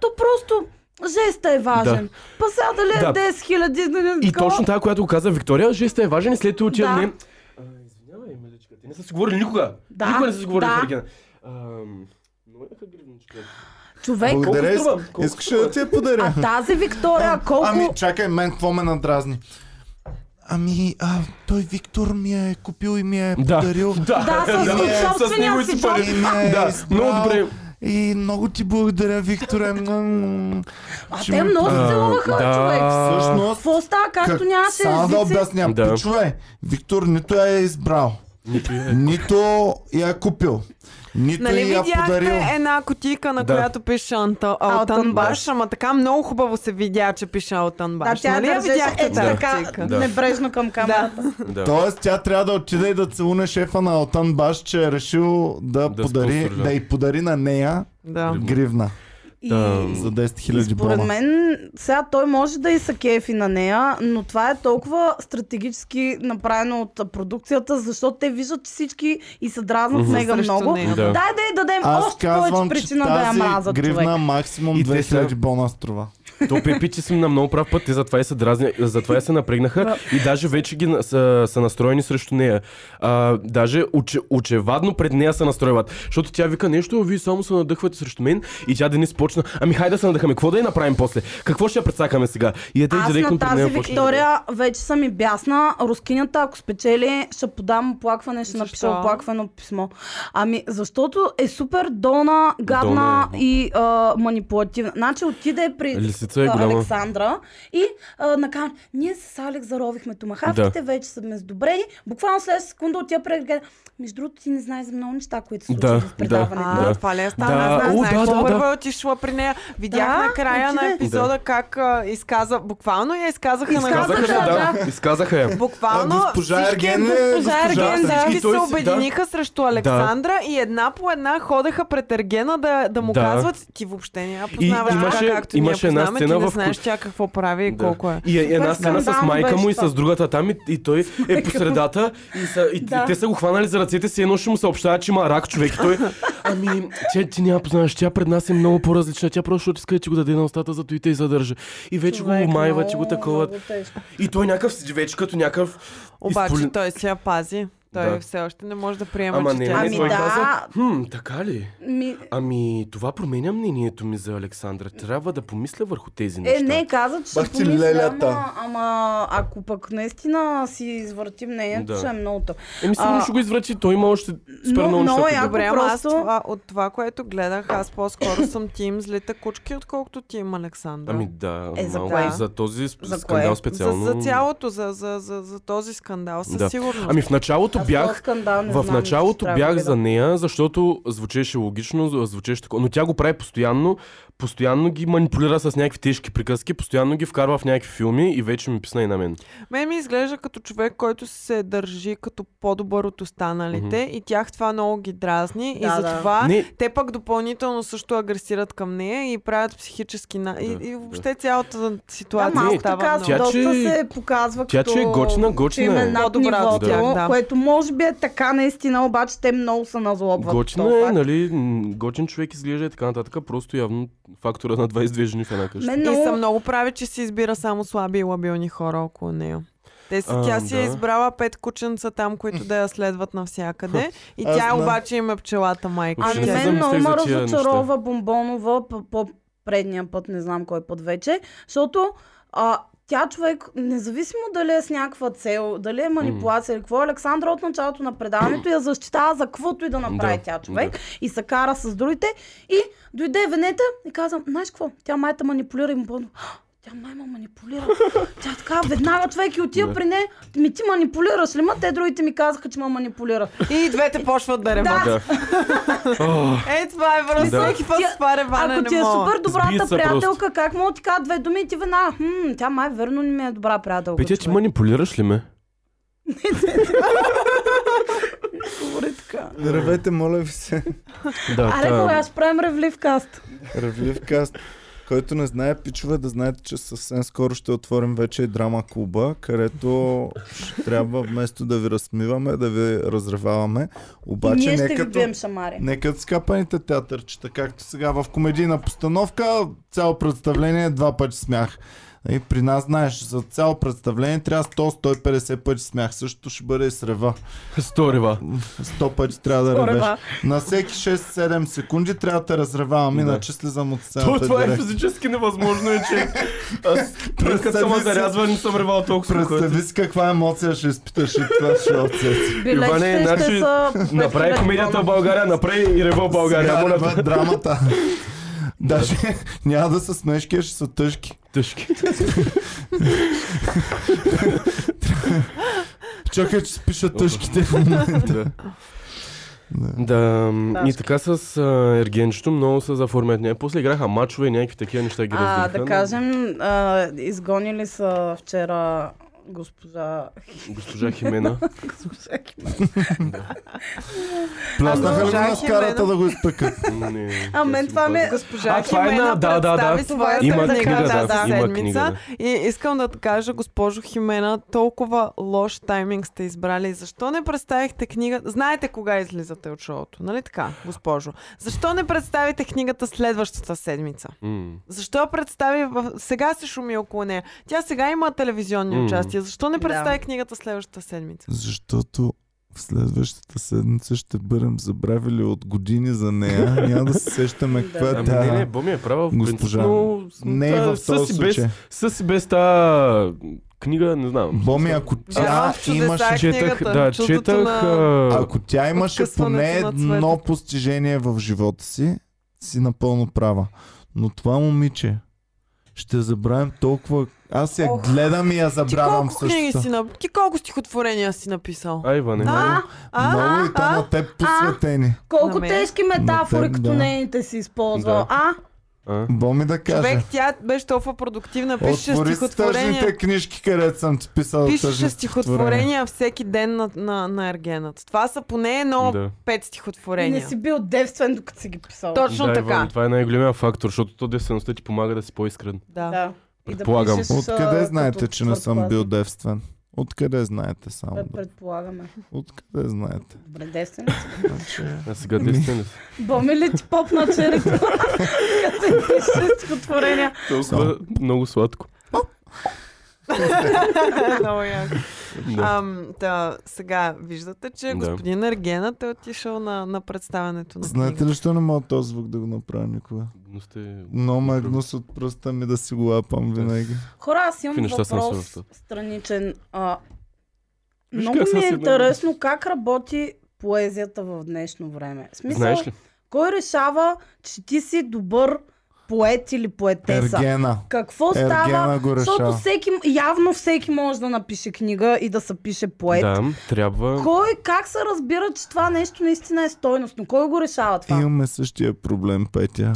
S1: то просто жеста е важен. Па сега дали е
S3: Да.
S1: 10 хиляди...
S3: И точно тази, която го каза Виктория, жеста е важен и след това отида
S1: Да.
S3: не... А, Извинявай, меличка, те не са си говорили никога.
S1: Да,
S3: Никога не са си говорили
S1: да.
S3: в Ергена. Ам, е Много яка гривничка.
S1: Човек,
S2: Благодаря.
S3: струва?
S2: иск-
S3: Колко
S2: Искаш ли да ти я подаря?
S1: а тази Виктория колко...
S2: Ами, чакай, мен какво ме надразни? Ами, а, той Виктор ми е купил и ми е
S3: Да,
S2: подарил.
S1: Да, с
S2: Да,
S1: да,
S2: с
S1: собствения
S3: неговите
S1: си
S3: пари.
S1: джоб.
S2: И ме е
S3: Да,
S2: избрал.
S3: много добре.
S2: И много ти благодаря, Викторе. М,
S1: А
S2: ще
S1: те
S2: ми-
S1: много се
S3: А,
S1: целуваха,
S3: да.
S1: човек.
S2: Всъщност,
S1: Какво става, както
S2: как-
S1: нямаше
S2: само да
S1: езици?
S2: обясням.
S3: Да. Е,
S2: Пичове, Виктор нито я е избрал. Нито я е купил. Нито
S4: Нали
S2: я е подарил.
S4: видяхте една котика, на
S3: Да.
S4: която пише Анта-
S1: Алтън
S4: Алтън
S1: Баш.
S4: Баш, ама така много хубаво се видя, че пише Алтън
S1: Да,
S4: Баш.
S1: тя
S4: нали я
S1: държеше
S4: видяхте
S1: ето
S4: тази
S1: така
S4: котика?
S3: Да.
S1: небрежно към камерата.
S3: Да.
S2: Тоест тя трябва да отиде и да целуне шефа на Алтан Баш, че е решил да,
S3: Да
S2: подари,
S3: спонсорира.
S2: да й подари на нея
S4: Да.
S2: гривна
S1: И
S3: Да.
S2: за 10
S1: И
S2: 000
S1: Според
S2: бона.
S1: мен, сега той може да и са кефи на нея, но това е толкова стратегически направено от а, продукцията, защото те виждат, че всички и се дразнат
S3: Мгм.
S1: мега
S4: Срещу
S1: много.
S4: нея.
S3: Да.
S1: Дай да й дадем
S2: Аз
S1: още повече
S2: казвам, че
S1: причина да я
S2: тази
S1: мразят
S2: гривна
S1: човек.
S2: максимум
S3: И те
S2: 2000
S3: са-
S2: бона струва.
S3: То Пепи, ти си на много прав път, те затова и се дразня, затова и се напрегнаха и даже вече ги на- са, са настроени срещу нея. А, даже оче, очевадно пред нея се настройват, защото тя вика нещо, а вие само се надъхвате срещу мен и тя Денис почна, ами хайде да се надъхаме, какво да я направим после? Какво ще я прецакаме сега? И е да
S1: Аз
S3: директно
S1: на
S3: пред
S1: тази
S3: нея почна.
S1: Виктория вече съм и бясна. Рускинята, ако спечели, ще подам оплакване, ще напиша
S4: Защо?
S1: оплаквано писмо. Ами, защото е супер долна, гадна
S3: Долна е.
S1: и а, манипулативна. Значи отиде при
S3: Лисица е
S1: а,
S3: голяма.
S1: Александра и а, накара, ние с Алекс заровихме томахавките, вече сме сдобрени. Буквално след секунда отя пред гледа. Между другото, ти не знаеш за много неща, които се
S3: Да,
S1: случват в
S3: да.
S1: предаването.
S4: А,
S3: Да.
S4: това ли е
S3: Да.
S4: стана? Да.
S3: О,
S4: Знаеш,
S3: да,
S4: да,
S3: да,
S4: първо
S3: да.
S4: е отишла при нея. Видях
S1: Да,
S4: на края на
S1: отиде.
S4: епизода как а, изказа, буквално я изказаха на
S1: Изказаха,
S3: Изказаха,
S1: да,
S3: да, изказаха я.
S4: Буквално
S2: А, госпожа
S4: всички,
S2: Ерген ли е?
S4: госпожа
S2: Госпожа
S4: Ерген,
S3: Ерген.
S4: всички
S3: И той
S4: се
S3: си-
S4: обединиха срещу Александра и една по една ходеха пред Ергена да, да му
S3: Да.
S4: казват ти въобще не я
S3: И
S4: познаваш така,
S3: имаше-
S4: както ние
S3: имаше една
S4: познаваме, ти
S3: сцена,
S4: не
S3: в
S4: знаеш
S3: ко-
S4: тя какво прави и
S3: Да.
S4: колко е.
S3: И е- една
S1: Супер
S3: сцена с
S1: скандално
S3: майка му и
S1: беше това.
S3: с другата там и, и той е по средата и, са, и
S1: Да.
S3: да. те са го хванали за ръцете си, едно ще му съобщава, че има рак човек. И той, ами, че ти няма познаваш, тя пред нас е много по-различна, тя просто иска да ти го даде на устата, зато и те и задържа. И вече
S1: Човек,
S3: го омайва, че го
S1: много,
S3: такова.
S1: много тежко.
S3: И той някакъв, си- вече като някакъв...
S4: Обаче
S3: изполи-
S4: той си я пази. Той
S3: Да.
S4: все още не може да приема,
S3: Ама
S4: че
S3: не, е
S4: тя е
S3: не,
S1: Ами
S3: той
S1: да.
S3: каза, хм, така ли?
S1: Ми,
S3: Ами, това променя мнението ми за Александра. Трябва да помисля върху тези неща.
S1: Е, не, каза, че ще
S2: Бах ти
S1: помисля,
S2: лелята.
S1: ама, ама ако пък наистина си извъртим мнението,
S3: Да.
S1: ще е много тъп.
S3: Еми, сигурно
S1: А,
S3: ще го изврати, той има още
S1: но-
S3: супер много неща.
S1: много
S3: които да
S1: яко
S4: Добре, ама аз
S1: просто-
S4: това, от това, което гледах, аз по-скоро съм тим злите кучки, отколкото тим Александра.
S3: Ами да,
S1: Е, за
S3: малко
S1: кое?
S3: за този сп-
S1: За
S3: скандал
S1: кое?
S3: специално.
S4: За, за цялото, за, за, за, за този скандал, със
S3: Да.
S4: сигурност.
S3: Ами в началото
S1: Аз този
S3: бях,
S1: скандал не
S3: в
S1: знам,
S3: началото
S1: трябва да
S3: бях
S1: гледам.
S3: за нея, защото звучеше логично, звучеше такова, но тя го прави постоянно, постоянно ги манипулира с някакви тежки приказки, постоянно ги вкарва в някакви филми и вече ми писна и на мен.
S4: Мен ми изглежда като човек, който се държи като по-добър от останалите
S3: Мгм.
S4: и тях това много ги дразни
S1: Да,
S4: и
S1: да.
S4: затова
S3: Не,
S4: те пък допълнително също агресират към нея и правят психически... На...
S3: Да,
S4: и, и
S3: да.
S4: въобще цялата
S1: Да,
S4: ситуация
S3: Не,
S1: малко
S4: става
S1: така,
S3: е. Тя,
S4: много...
S1: доста
S3: че-
S1: се показва
S3: тя,
S1: като...
S3: че е готина, готина
S1: че им
S3: е.
S1: над
S4: По-добра от
S1: нивото,
S4: тях, да.
S1: което може би е така наистина, обаче те много са назлобват.
S3: Готина е, нали, м, готин човек изглежда и така нататък, просто явно фактора на 22 жени в една къща.
S1: Мен
S4: И
S1: много...
S4: съм много прави, че си избира само слаби и лабилни хора около нея. Те си,
S3: А,
S4: тя си е
S3: да.
S4: избрала пет кученца там, които да я следват навсякъде. И
S2: Аз
S4: тя
S2: знам.
S4: обаче им е пчелата майка.
S3: Въобще
S1: Ами
S3: не
S4: Тя-
S3: се
S1: мен много
S3: замислих
S1: ме
S3: за тия неща.
S1: разочарова Бомбонова по- по предния път, не знам кой път вече, защото а, тя човек, независимо дали е с някаква цел, дали е манипулация или какво, Александра от началото на предаването я защитава за каквото и да направи
S3: Да,
S1: тя човек и се кара с другите и дойде Венета и каза, знаеш какво, тя майта манипулира и му бъдно, «А, тя май ме манипулира. Тя така, веднага човек и отива
S3: Да.
S1: при нея, ми ти манипулираш ли ма? Те другите ми казаха, че ме манипулират.
S4: И двете почват да реват.
S3: Да. О,
S4: Е, това е просто
S3: Да.
S4: всеки път
S1: Тя-
S4: с това реване
S1: Ако
S4: не
S1: ти е
S4: мога.
S1: супер
S3: Сбий
S1: добрата
S3: се
S1: приятелка,
S3: просто.
S1: как мога да ти кажа две думи и ти веднага, хм, тя май верно не ми е добра приятелка.
S3: Петя, ти
S1: човек».
S3: манипулираш ли ме?
S1: Говори така.
S2: Ревете, моля ви се.
S3: Да,
S1: Аре,
S3: та-
S1: кога ще правим ревлив каст?
S2: Ревлив каст. Който не знае, пичове, да знаете, че съвсем скоро ще отворим вече и драма клуба, където ще трябва вместо да ви размиваме, да ви разреваваме.
S1: Обаче,
S2: Обаче
S1: Ние
S2: не
S1: ще ви
S2: като...
S1: бием шамари.
S2: Не като скапаните театърчета, както сега в комедийна постановка, цяло представление два пъти смях. И при нас, знаеш, за цяло представление трябва 100-150 пъти смях. Също ще бъде и с рева.
S3: Сторива.
S2: 100 пъти трябва да ревеш.
S1: Орева.
S2: На всеки 6-7 секунди трябва да те разревавам,
S3: Да.
S2: иначе слизам от
S3: То,
S2: сцената.
S3: това е
S2: директно.
S3: физически невъзможно, е, че аз
S2: Представи
S3: пръскът съм
S2: си-
S3: зарязва, не съм ревал толкова. е. което-
S2: Представи си каква емоция ще изпиташ и това ще е отсети.
S1: Билетите ще
S3: значи,
S1: са... 500
S3: Направи комедията
S1: долара.
S3: в България, направи и рева в България.
S2: Сега
S3: Моля,
S2: рева
S3: те.
S2: драмата. Даже няма да са смешки, а ще са тъжки.
S3: Тъжки.
S2: Чакай, че спишат тъжките в момента.
S3: Да. Да, м, и
S1: Ташки.
S3: така с а, Ергенчето много се заформят. Не, после играха мачове и някакви такива неща ги
S1: А,
S3: раздиха.
S1: да кажем, а, изгонили са вчера госпожа...
S3: Госпожа Химена.
S1: госпожа Ким.
S2: Пласнаха ли го
S4: Ама-
S2: на скарата да го изпъкат?
S3: Не,
S1: А, мен
S3: тя си
S1: това ми е-
S3: опазва.
S4: Госпожа
S3: А, това е
S4: Химена
S3: на- да, да,
S4: представи
S3: да.
S4: своята
S3: Има
S4: книга
S3: книга,
S4: за
S3: да, има
S4: е седмица.
S3: книга,
S4: И искам да кажа, госпожо Химена, толкова лош тайминг сте избрали. Защо не представихте книга? Знаете кога излизате от шоуто, нали така, госпожо? Защо не представите книгата следващата седмица?
S3: М.
S4: Защо я представи в... Сега се шуми около нея. Тя сега има телевизионни
S3: М.
S4: участия. Защо не
S1: Да.
S4: представи книгата следващата седмица?
S2: Защото в следващата седмица ще бъдем забравили от години за нея. Няма да се сещаме каква е
S1: Да.
S3: Ами, не, не,
S2: тя.
S3: Боми е права. в
S2: Госпожа.
S3: принцип, но-
S2: Не и
S3: да,
S2: в
S3: със
S2: този
S3: и без-
S2: случай.
S3: Със и без та книга, не знам.
S2: Боми, ако
S4: Вярвам
S2: тя
S4: в чудеса.
S2: имаше...
S3: Четах,
S4: книгата,
S3: да,
S4: чудото
S3: четах...
S4: на-
S3: а,
S2: Ако тя имаше
S4: откъсването
S2: поне
S4: на
S2: едно
S4: цвета.
S2: постижение в живота си, си напълно права. Но това момиче, ще забравим толкова... Аз я
S1: Ох,
S2: гледам и я
S4: Ти
S2: забравям
S4: колко книги
S2: всъщност.
S4: си на... Ти колко стихотворения си написал?
S3: А, Иване.
S1: А,
S2: Нали? Много и то
S4: а,
S2: на теб посветени.
S1: колко
S4: На мен?
S1: тежки метафори,
S2: На теб,
S1: като
S2: да.
S1: нейните си използвал.
S3: Да.
S1: А,
S3: А?
S2: Боми да кажа.
S4: Човек, тя беше толкова продуктивна, пише
S2: Отвори си
S4: стихотворения.
S2: тъжните книжки, където съм ти писал
S4: Пишеше
S2: тъжни
S4: стихотворения всеки ден на, на, на Ергенът. Това са поне едно
S3: Да.
S4: пет
S1: и не
S4: стихотворения.
S1: си бил девствен, докато си ги писал.
S4: Точно
S3: да,
S4: така.
S3: Иван, това е най-големия фактор, защото то девствеността ти помага да си по-искрен.
S4: Да.
S1: Да. И да
S3: Предполагам.
S1: пишеш,
S2: Откъде
S1: а,
S2: знаете,
S1: като
S2: че не съм бил
S1: четвъртокласник?
S2: девствен? Откъде знаете само?
S1: Да,
S2: Да.
S1: предполагаме.
S2: Откъде знаете?
S1: Добре, девствен ли си?
S2: Значи,
S3: А сега
S2: Ами.
S3: девствен ли си?
S1: Боми ли ти попна черето? Като ти пише стихотворения.
S3: Толкова е много сладко.
S1: е
S4: Много яко.
S3: Да.
S4: Ам, да, сега виждате, че
S3: Да.
S4: господин Ергенът е отишъл на, на представянето на
S2: Знаете
S4: книгата.
S2: ли, защо не мога този звук да го направя никога?
S3: Но сте...
S2: Но ме е гнус от пръста ми да си го лапам винаги.
S1: Хора, аз имам
S3: Какви неща съм
S1: въпрос
S3: свършил?
S1: страничен. А,
S3: Виж
S1: много
S3: как съм
S1: ми е
S3: си днес.
S1: интересно как работи поезията в днешно време. В смисъл,
S3: Знаеш ли?
S1: кой решава, че ти си добър поет или поетеса?
S2: Ергена.
S1: Какво става?
S2: Ергена го
S1: Защото
S2: решава.
S1: всеки, явно всеки може да напише книга и да се пише поет.
S3: Да, трябва...
S1: Кой, как се разбира, че това нещо наистина е стойностно? Кой го решава това?
S2: Имаме същия проблем, Петя.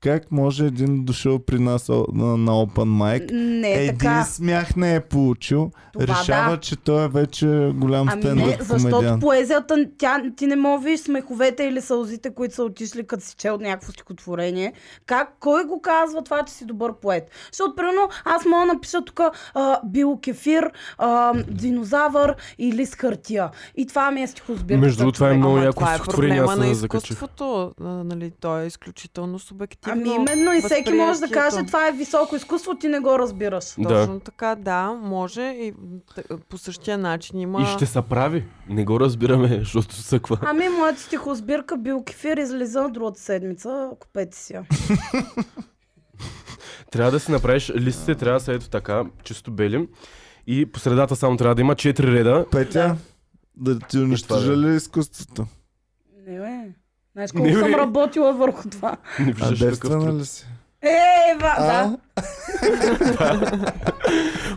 S2: Как може един дошъл при нас о- на, на Open Mic,
S1: Не е
S2: един
S1: така.
S2: смях не е получил,
S1: Това
S2: решава,
S1: да.
S2: че той е вече голям
S1: Ами не,
S2: стендъп
S1: защото
S2: комедиан.
S1: поезията, тя, ти не мога да видиш смеховете или сълзите, които са отишли, като си чел някакво стихотворение. Как, кой го казва това, че си добър поет? Защото, примерно, аз мога да напиша тук а, биокефир, а, динозавър или с хартия. И това ми е стихосбирка.
S3: Между другото, това е много
S4: Ама
S3: яко
S4: това е
S3: стихотворение, аз
S4: проблема на
S3: се закачих.
S4: изкуството. а, Нали, то е изключително субективно.
S1: Ами именно и всеки може да
S4: възприятието.
S1: каже, това е високо изкуство, ти не го разбираш.
S3: Да.
S4: Точно така, да, може и т- по същия начин има...
S3: И ще се прави. Не го разбираме, защото съква.
S1: Ами, моята стихосбирка биокефир излиза другата седмица. Купете си я.
S3: Трябва да си направиш листите, трябва да са ето така, чисто бели. И по средата само трябва да има 4 реда.
S2: Петя, да ти унищожа ли изкуството?
S1: Не, бе. Знаеш
S3: Не,
S1: колко
S3: бе.
S1: съм работила върху това. Е,
S3: Не
S2: А
S3: виждаш ли такъв
S2: девствена
S3: труд?
S2: ли си?
S1: Ева,
S2: А?
S1: да.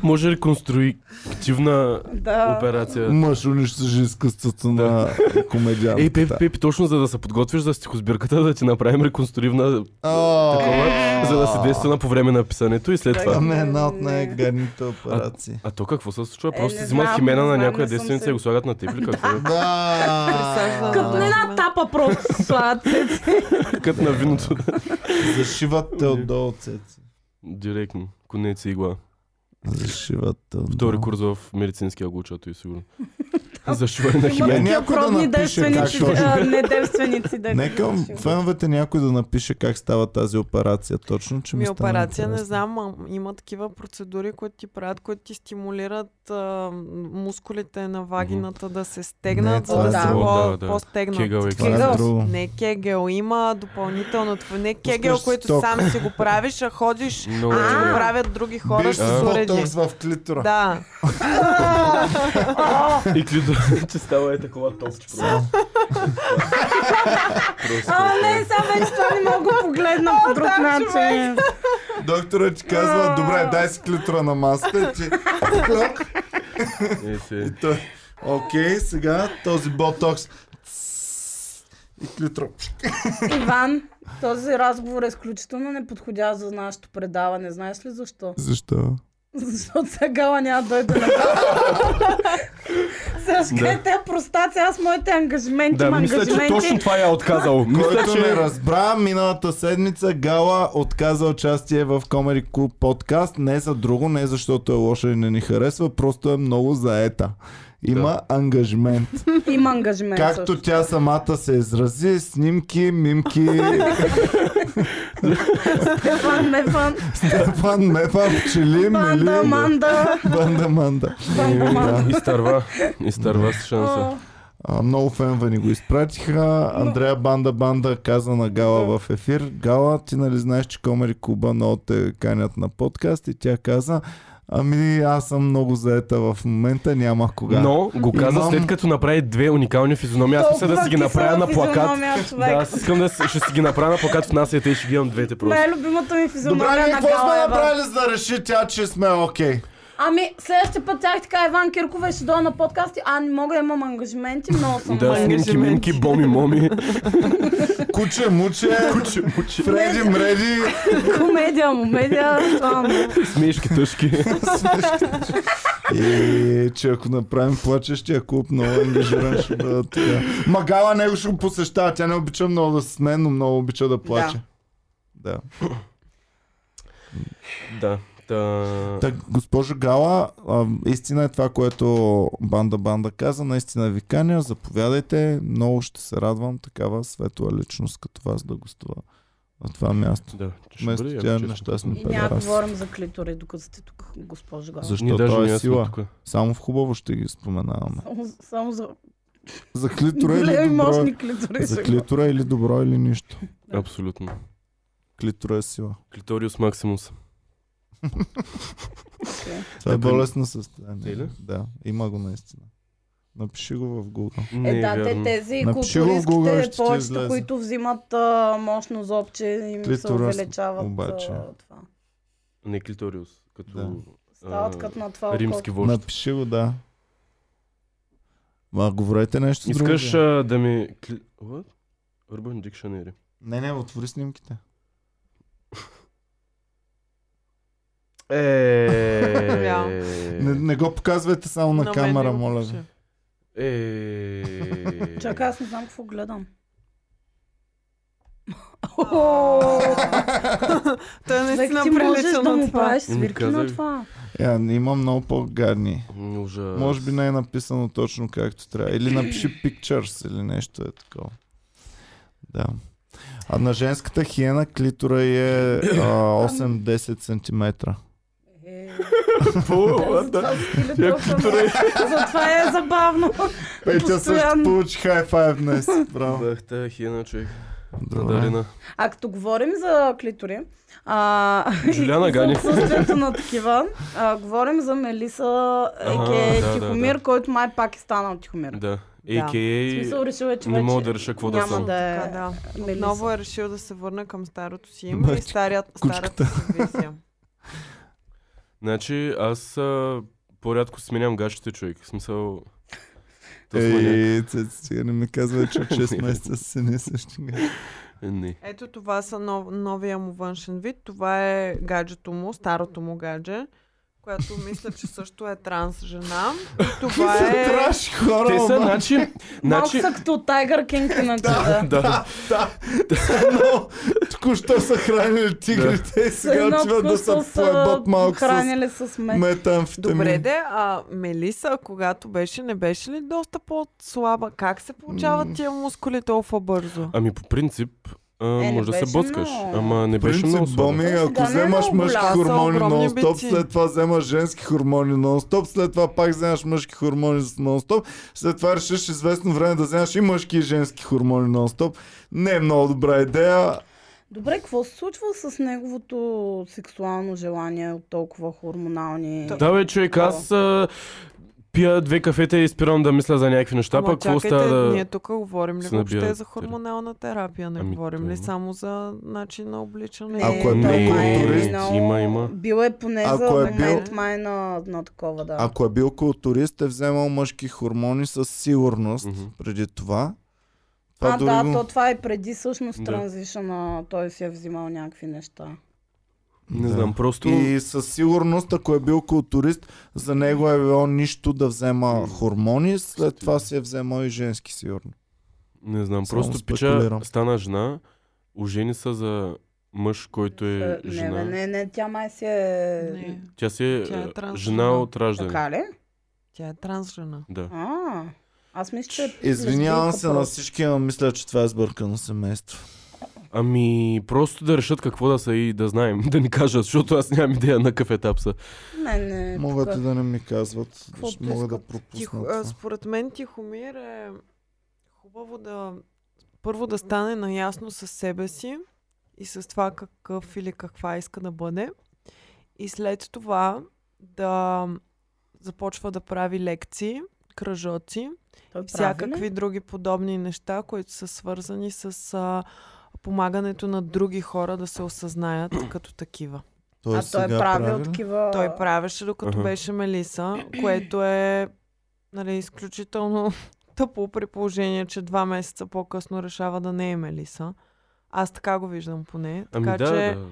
S3: Може ли конструктивна
S1: Да.
S3: операция?
S2: Мъж унищожи изкуството на комедианта.
S3: Ей, Пепи, Пепи, точно за да се подготвиш за стихосбирката, да ти направим реконструктивна такова, за да се действа по време на писането и след това.
S2: Това е една от най-гадните операции.
S3: А то какво се случва?
S1: Е,
S3: Просто
S1: не
S3: си взимат
S1: знам, не
S3: химена на
S1: знам,
S3: някоя
S1: не съм
S3: девственница
S1: се-
S3: и го слагат на теб ли какво? е?
S4: Присажда
S1: Като
S4: на-
S2: Да!
S1: една тапа просто слагат.
S2: Е,
S3: Кът на виното.
S2: Зашиват те отдолу, цеци.
S3: Директно. Конец и игла.
S2: Зашиват те
S3: Втори
S2: отдолу.
S3: курс в медицинския обучател и е сигурно. За шиване на
S1: Има
S3: химена.
S2: ами, е някой
S1: такива
S2: да
S1: пробни
S2: напише
S1: девственици,
S2: как
S1: а, не девственици. да ги
S2: Нека
S1: наричам.
S2: феновете някой да напише как става тази операция точно, че ми,
S4: Ми
S2: стана
S4: операция, не
S2: интересно.
S4: знам, а, има такива процедури, които ти правят, които ти стимулират а, мускулите на вагината да се стегнат, за
S2: това
S4: да
S1: е
S4: си
S1: друго,
S4: по-
S3: да, да.
S4: по-стегнат.
S3: Кегъл е
S2: Това е
S1: Кегъл.
S2: друго.
S4: Не кегел, има допълнително. това Не кегел,
S2: Пускаш
S4: който
S2: ток.
S4: сам си го правиш, а ходиш, а,
S3: Много
S4: го
S3: е.
S4: правят други хора,
S2: Биш
S4: ще
S2: с
S4: се уреди.
S2: ботокс в клитора.
S4: Да,
S3: И клито, че става е такова топче. просто. Просто.
S1: А, не, сега вече това не мога да го погледна по друг начин.
S2: Доктора ти казва, добре, дай си клитора на масата. и Ти... Клок.
S3: Е, се.
S2: И той, Окей, сега този ботокс. Цс. И клитора.
S1: Иван, този разговор е изключително неподходящ за нашето предаване. Знаеш ли защо?
S2: Защо?
S1: Защото сега гала няма да дойде на Сега ще кажете, да. простаци, аз моите ангажименти,
S3: Да,
S1: да,
S3: мисля, че
S1: ангажименти.
S3: точно това я е отказал. Мисля,
S2: Който не
S3: че...
S2: разбра, миналата седмица Гала отказа участие в Comedy Club подкаст. Не за друго, не защото е лоша и не ни харесва, просто е много заета. Има ангажмент.
S1: Има ангажимент. също.
S2: Както тя самата се изрази, снимки, мимки,
S1: Стефан, Мефан,
S2: Стефан, Мефа, пчели,
S1: Банда,
S2: мили,
S1: Манда,
S2: нали? банда, манда. Е,
S1: Банда, Манда.
S3: Е, Изтърва. Изтърва с шанса.
S1: О,
S2: А, много фенва ни го изпратиха. Андрея Банда Банда каза на Гала в ефир. Гала, ти нали знаеш, че Комери Куба много те канят на подкаст и тя каза Ами аз съм много заета в момента, няма кога.
S3: Но го каза
S2: Имам-
S3: след като направи две уникални физиономии. Аз мисля да си ги
S1: Толкова
S3: направя на
S1: кисела
S3: плакат.
S1: физиономия, човек.
S3: Да, аз искам да с- ще си ги направя на плакат в нас и те ще ги имам двете просто.
S1: Най-любимата ми
S2: Добре,
S1: физиономия
S2: ние
S1: на
S2: какво сме
S1: Галаева.
S2: направили за да реши тя, че сме окей?
S1: Ами, следващия път тях така Иван Киркова и ще дойда на подкаст и а, не мога, имам ангажименти, много съм
S3: Да,
S1: мъж.
S3: снимки,
S4: ангажименти.
S3: мимки, боми, моми.
S2: Куче, муче,
S3: Че мучи.
S2: Фреди, мреди,
S1: Комедия му, медия, това му.
S3: Смешки, тъжки.
S2: И Е, че ако направим плачещия клуб, много ангажиран ще бъда така. Магала него ще го посещава. Тя не обича много да се смее, но много обича да плаче. Да.
S3: Да. Та...
S2: Так, госпожо Гала, а, истина е това, което Банда Банда каза. Наистина ви каня. Заповядайте. Много ще се радвам такава светла личност като вас да гостува на това място.
S3: Да, ще
S2: Вместо
S3: бъде
S2: тя
S3: яко, че
S2: нещастна
S3: сме
S1: И няма да
S2: Педерас.
S1: говорим за клитори, докато сте тук, госпожо Гала.
S2: Защо
S3: Ние даже
S2: това
S3: ние
S2: е
S3: сме
S2: сила?
S3: тук.
S2: Само в хубаво ще ги споменаваме.
S1: Само, само за
S2: За клитора или
S1: големи
S2: добро, е-
S1: мощни клитори.
S2: за
S1: ще
S2: клитора или добро или нищо.
S3: Абсолютно.
S2: Клитора е сила.
S3: Клиториус Максимус.
S1: говорим.
S2: Това е
S3: Така ли?
S2: болестно състояние.
S3: Или?
S2: Да, има го наистина. Напиши го в Google.
S3: Не
S1: Е,
S3: е
S1: да, те,
S3: вярно.
S1: тези
S2: Напиши го в Google, ще
S1: културистките
S2: ти
S1: повечето,
S2: излезе.
S1: които взимат а, мощно зопче, им се
S2: Клиторас,
S1: увеличават
S2: обаче.
S1: а, това.
S3: Не е клиториус.
S2: Да.
S3: Като
S1: Стават
S3: А,
S1: като на това
S3: римски
S1: око.
S3: вожд.
S2: Напиши го, да. Ма, говорете нещо
S3: Искаш
S2: друго. е.
S3: а, да ми... кли- What? Urban Dictionary.
S2: Не, не, отвори снимките.
S3: Е...
S4: Реално.
S2: Не, не го показвайте само на
S4: Но мен
S2: камера,
S4: не го
S2: моля.
S4: пише.
S3: Е...
S1: Чакай, аз не знам какво гледам.
S4: Той
S1: Човек,
S4: наистина
S1: ти можеш
S4: прилича
S1: да
S4: на
S1: му
S4: това.
S1: правиш свирки
S3: Казах
S1: на
S3: ви.
S1: това.
S2: Я, не имам Е, много по-гадни.
S3: Ужас.
S2: Може би не е написано точно както трябва. Или напиши pictures или нещо е такова. Да. А на женската хиена клитора е а, 8-10 см.
S1: Е,
S3: What the-
S1: това си ти ли толкова? Затова е забавно.
S2: Петя също
S1: Постоянно.
S2: получи хай-файв днес. Браво.
S3: Бах тая хиена, човек. На
S2: Добре.
S3: Дарина.
S1: А като говорим за клитори, а,
S3: Джулиана
S1: и за
S3: Ганев.
S1: отсъствието на такива, а, говорим за Мелиса,
S3: Ага,
S1: е,
S3: да, да,
S1: Тихомир,
S3: да.
S1: който май пак е станал Тихомир.
S3: Да.
S4: Да.
S1: В
S3: А.К.А.
S1: смисъл решила, че
S3: Не мога
S1: вече
S3: да реша какво да
S1: няма
S3: съм.
S1: да е
S4: Така, да.
S1: Мелиса.
S4: Отново е решил да се върне към старото си име и
S2: Бати,
S4: старият, старата
S2: кучката.
S4: си визия.
S3: Значи аз а, по-рядко сменям гащите, човек. В смисъл... То сменя.
S2: Ей, Цеци, сега не ми казва, че от 6 месеца са си не същи.
S3: Е, Не.
S4: Ето това са нов, новия му външен вид. Това е гаджето му, старото му гадже, което мисля, че също е транс жена. И това
S2: Са
S4: е...
S2: траш хора,
S3: Те са,
S2: обаче.
S3: значи...
S1: Малко
S3: значи...
S1: са като Тайгър Кинг, иначе да.
S3: Да,
S2: Но току-що са хранили тигрите и сега
S1: Едно
S2: отиват да
S1: вкусно
S2: са поебат малко с
S1: Хранили с мед.
S2: метамфетамин.
S4: Добре де, а Мелиса, когато беше, не беше ли доста по-слаба? Как се получават тия мускули толкова бързо?
S3: ами по принцип а,
S1: Е, не
S3: може да се
S1: беше
S3: боскаш.
S1: много.
S3: Ама не беше
S2: Принцип,
S3: много
S2: Боми,
S3: слабо.
S2: ако
S1: Сега не е
S2: вземаш
S1: много
S2: мъжки
S4: голяма, са
S2: хормони
S4: огромни
S2: нон-стоп,
S4: бици.
S2: след това вземаш женски хормони нон-стоп, след това пак вземаш мъжки хормони с нон-стоп, след това решиш известно време да вземаш и мъжки и женски хормони нон-стоп. Не е много добра идея.
S1: Добре, какво се случва с неговото сексуално желание от толкова хормонални?
S3: Да, бе, човек, аз а, пия две кафета и спирам да мисля за някакви неща,
S4: Ама
S3: пък какво
S4: чакайте,
S3: става
S4: ние
S3: да...
S4: тук говорим ли
S3: се набия
S4: въобще за
S3: тери-
S4: хормонална терапия? Не
S3: Ами,
S4: говорим
S3: да.
S4: ли само за начин на обличане?
S2: Ако е
S3: Ами,
S1: той
S2: бил
S1: май
S2: културист-
S1: много-
S3: Има, има.
S1: Бил е поне
S2: Ако
S1: за
S2: е
S1: момент
S4: бил-
S1: май на едно такова, да.
S2: Ако е бил културист, е вземал мъжки хормони със сигурност
S3: Мгм.
S2: преди това. Това
S1: А,
S2: дори
S1: да,
S2: го-
S1: то това е преди всъщност
S3: Да.
S1: транзишъна, той си е взимал някакви неща.
S3: Не
S2: Да.
S3: знам, просто...
S2: И със сигурност, ако е бил културист, за него е било нищо да взема хормони, след това си е вземал и женски сигурно.
S3: Не знам,
S2: Само
S3: просто пича
S2: спекулирам.
S3: стана жена, ожени са за мъж, който е
S1: Е, не, бе,
S3: жена.
S1: не, не, тя май си е...
S4: Не,
S3: Тя си е,
S4: Тя е
S3: е,
S4: транс
S3: жена
S4: жена.
S3: от раждане.
S1: Така ли?
S4: тя е транс жена.
S3: Да.
S1: А, аз мисля, че... е
S2: Извинявам
S1: лесбийка
S2: се на
S1: просто.
S2: всички, но мисля, че това е сбъркано семейство.
S3: Ами, просто да решат какво да са и да знаем, да ни кажат, защото аз нямам идея на какъв етап са.
S1: Не, не,
S2: Могат и
S1: тук-
S2: да не ми казват,
S1: Каквото
S2: ще мога да
S1: искат.
S4: Тихо,
S2: пропусна
S4: а,
S2: това.
S4: според мен Тихомир е хубаво да първо да стане наясно с себе си и с това какъв или каква иска да бъде. И след това да започва да прави лекции, кръжоци,
S1: Той прави ли?
S4: всякакви други подобни неща, които са свързани с а, помагането на други хора да се осъзнаят като такива.
S2: Той
S1: а той е
S2: сега
S1: правил
S2: прави ли?
S1: такива...
S4: Той правеше докато
S3: Аха.
S4: беше Мелиса, което е нали, изключително тъпо при положение, че два месеца по-късно решава да не е Мелиса. Аз така го виждам поне.
S3: Ами
S4: Така
S3: да,
S4: че,
S3: да. да.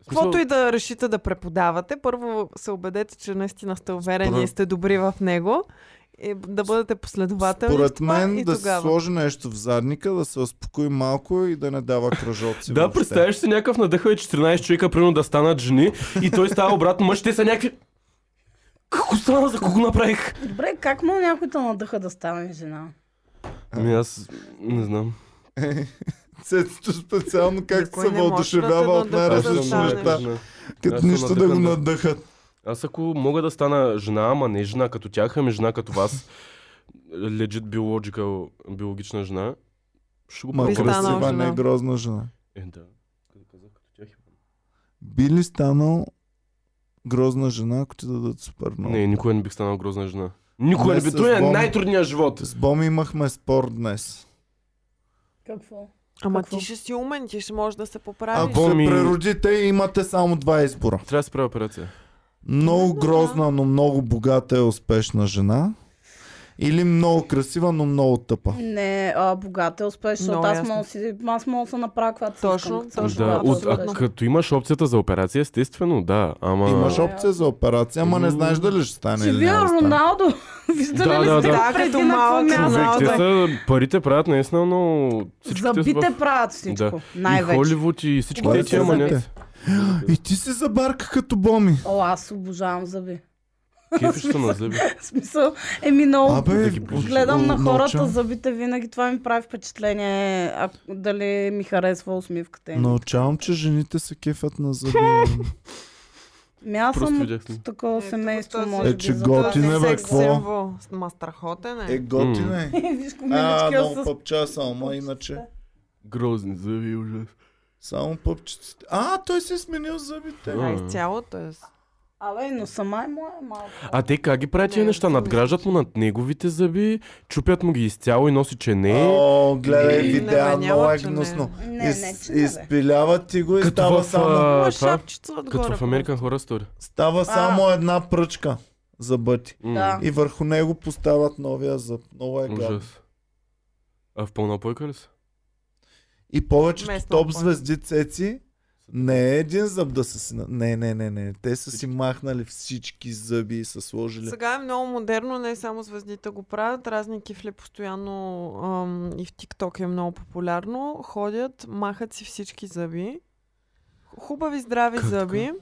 S3: В смисъл,
S4: каквото и да решите да преподавате, първо се убедете, че наистина сте уверени
S2: Според-
S4: и сте добри в него. И да бъдете последователни. в
S2: Според
S4: това
S2: мен
S4: и
S2: да се
S4: тогава.
S2: сложи нещо в задника, да се успокои малко и да не дава кръжоци.
S3: Да,
S2: въобще.
S3: представяш си някакъв надъхал и 14 човека, примерно да станат жени, и той става обратно мъж, те са някакви... Какво стана? За кого направих?
S1: Добре, как му някой да надъха да стане жена?
S3: Ами аз не знам.
S2: Цецето специално как
S4: Никой
S2: се
S4: не може да те
S2: въодушевява от
S4: надъхва да
S3: Аз
S4: различни
S2: най-различни
S3: съм
S2: неща,
S4: стане.
S3: жена. Аз
S2: като
S3: съм
S2: нищо да го
S3: надъхан, да.
S2: надъхат.
S3: Аз ако мога да стана жена, ама не жена като тях, ами жена като вас, legit biological, биологична жена, ще го
S2: Ма
S4: Би
S3: пробвам.
S4: станал
S2: красива,
S4: жена.
S2: не грозна жена.
S3: Е, да. Като казах като тях.
S2: Би ли станал грозна жена, ако ти дадат супер много?
S3: Не, никога не бих станал грозна жена. Никога не
S2: Днес
S3: би.
S2: с
S3: Той е
S2: Бом-
S3: най-трудният живот.
S2: С Боми имахме спор днес.
S1: Какво?
S4: Ама
S1: Какво?
S4: ти ще си умен, ти ще можеш да се поправиш.
S2: Ако
S3: Боми-
S2: се преродите, имате само два избора.
S3: Трябва да се прави операция.
S2: Много
S4: Да.
S2: грозна, но много богата е успешна жена. Или много красива, но много тъпа.
S1: Не, а, богата е успеш, защото
S4: Много
S1: аз
S4: ясно.
S1: мога да си, аз мога да се направя каквато си
S4: Точно,
S1: искам, като
S4: точно,
S1: съм
S3: Да,
S1: богата,
S3: от,
S1: разбираш.
S3: а, като имаш опцията за операция, естествено, да. Ама...
S2: Имаш
S1: А.
S2: опция за операция, ама не знаеш дали ще стане или
S1: Живия
S2: няма да стане.
S1: Роналдо, виждали
S3: Да,
S1: ли
S3: да,
S1: сте
S3: да.
S1: го
S4: Да,
S1: преди
S4: като
S1: на какво
S4: малък
S1: място?
S3: Човек,
S4: Роналдо
S3: те са,
S4: е.
S3: парите правят наистина, но всичките са
S1: Забите
S3: в...
S1: правят
S3: Да.
S1: всичко,
S3: И
S1: най-вече.
S3: Холивуд и всички
S1: Говори
S3: те,
S1: се
S3: че
S1: за
S3: ама
S2: зъбите.
S3: не.
S2: И ти си забарка като боми.
S1: О, аз обожавам зъби.
S3: Кефища на зъби.
S1: В смисъл, еми много
S2: Абе,
S3: Да ги ближиш.
S1: Гледам на хората
S2: науча-
S1: зъбите винаги, това ми прави впечатление, а, дали ми харесва усмивката им.
S2: Научавам, че жените се кефят на зъби.
S1: Ми Ами аз
S3: Просто
S1: съм
S3: видях
S1: от такова
S4: Ето
S1: семейство,
S4: този-
S1: може
S2: Е,
S1: би.
S2: че
S1: за това.
S2: готин е, бе,
S4: Секс
S2: какво?
S4: символ. Ма страхотен е.
S2: Е, готин е.
S1: Виж
S2: А,
S1: комиличкия
S2: много
S1: с...
S2: пъпча само, ма иначе.
S3: Грозни зъби, ужас.
S2: Само пъпчиците. А, той си е сменил зъбите.
S4: А, изцяло, т.е.
S1: Абе, но сама е моя малко.
S3: А те как ги правят тия
S4: Не,
S3: неща?
S4: не съм
S3: Надграждат му над неговите зъби, чупят му ги изцяло и носи, че не е.
S2: О, гледай
S4: Не,
S2: видеа,
S4: бе, няма,
S2: много е
S4: че не.
S2: гнусно.
S1: Не,
S2: Из-
S1: не, че не, бе.
S2: изпиляват ти го и
S3: Като
S2: става
S3: в,
S2: само,
S3: а,
S4: Има
S3: това, е
S4: шапчица
S3: като
S4: отгоре.
S3: в Американ хора стори.
S2: става само една пръчка за бъти.
S1: Да.
S2: И върху него поставят новия зъб. Много е гадно.
S3: Ужас. А в пълна пойка ли са?
S2: И повечето
S4: Местно
S2: топ
S4: пое.
S2: звезди цеци не е един зъб да са си... на- Не, не, не, не. Те са си махнали всички зъби и са сложили.
S4: Сега е много модерно, не само звездите го правят, разни кифли постоянно ам, и в ТикТок е много популярно. Ходят, махат си всички зъби. Хубави, здрави
S3: Как
S4: зъби.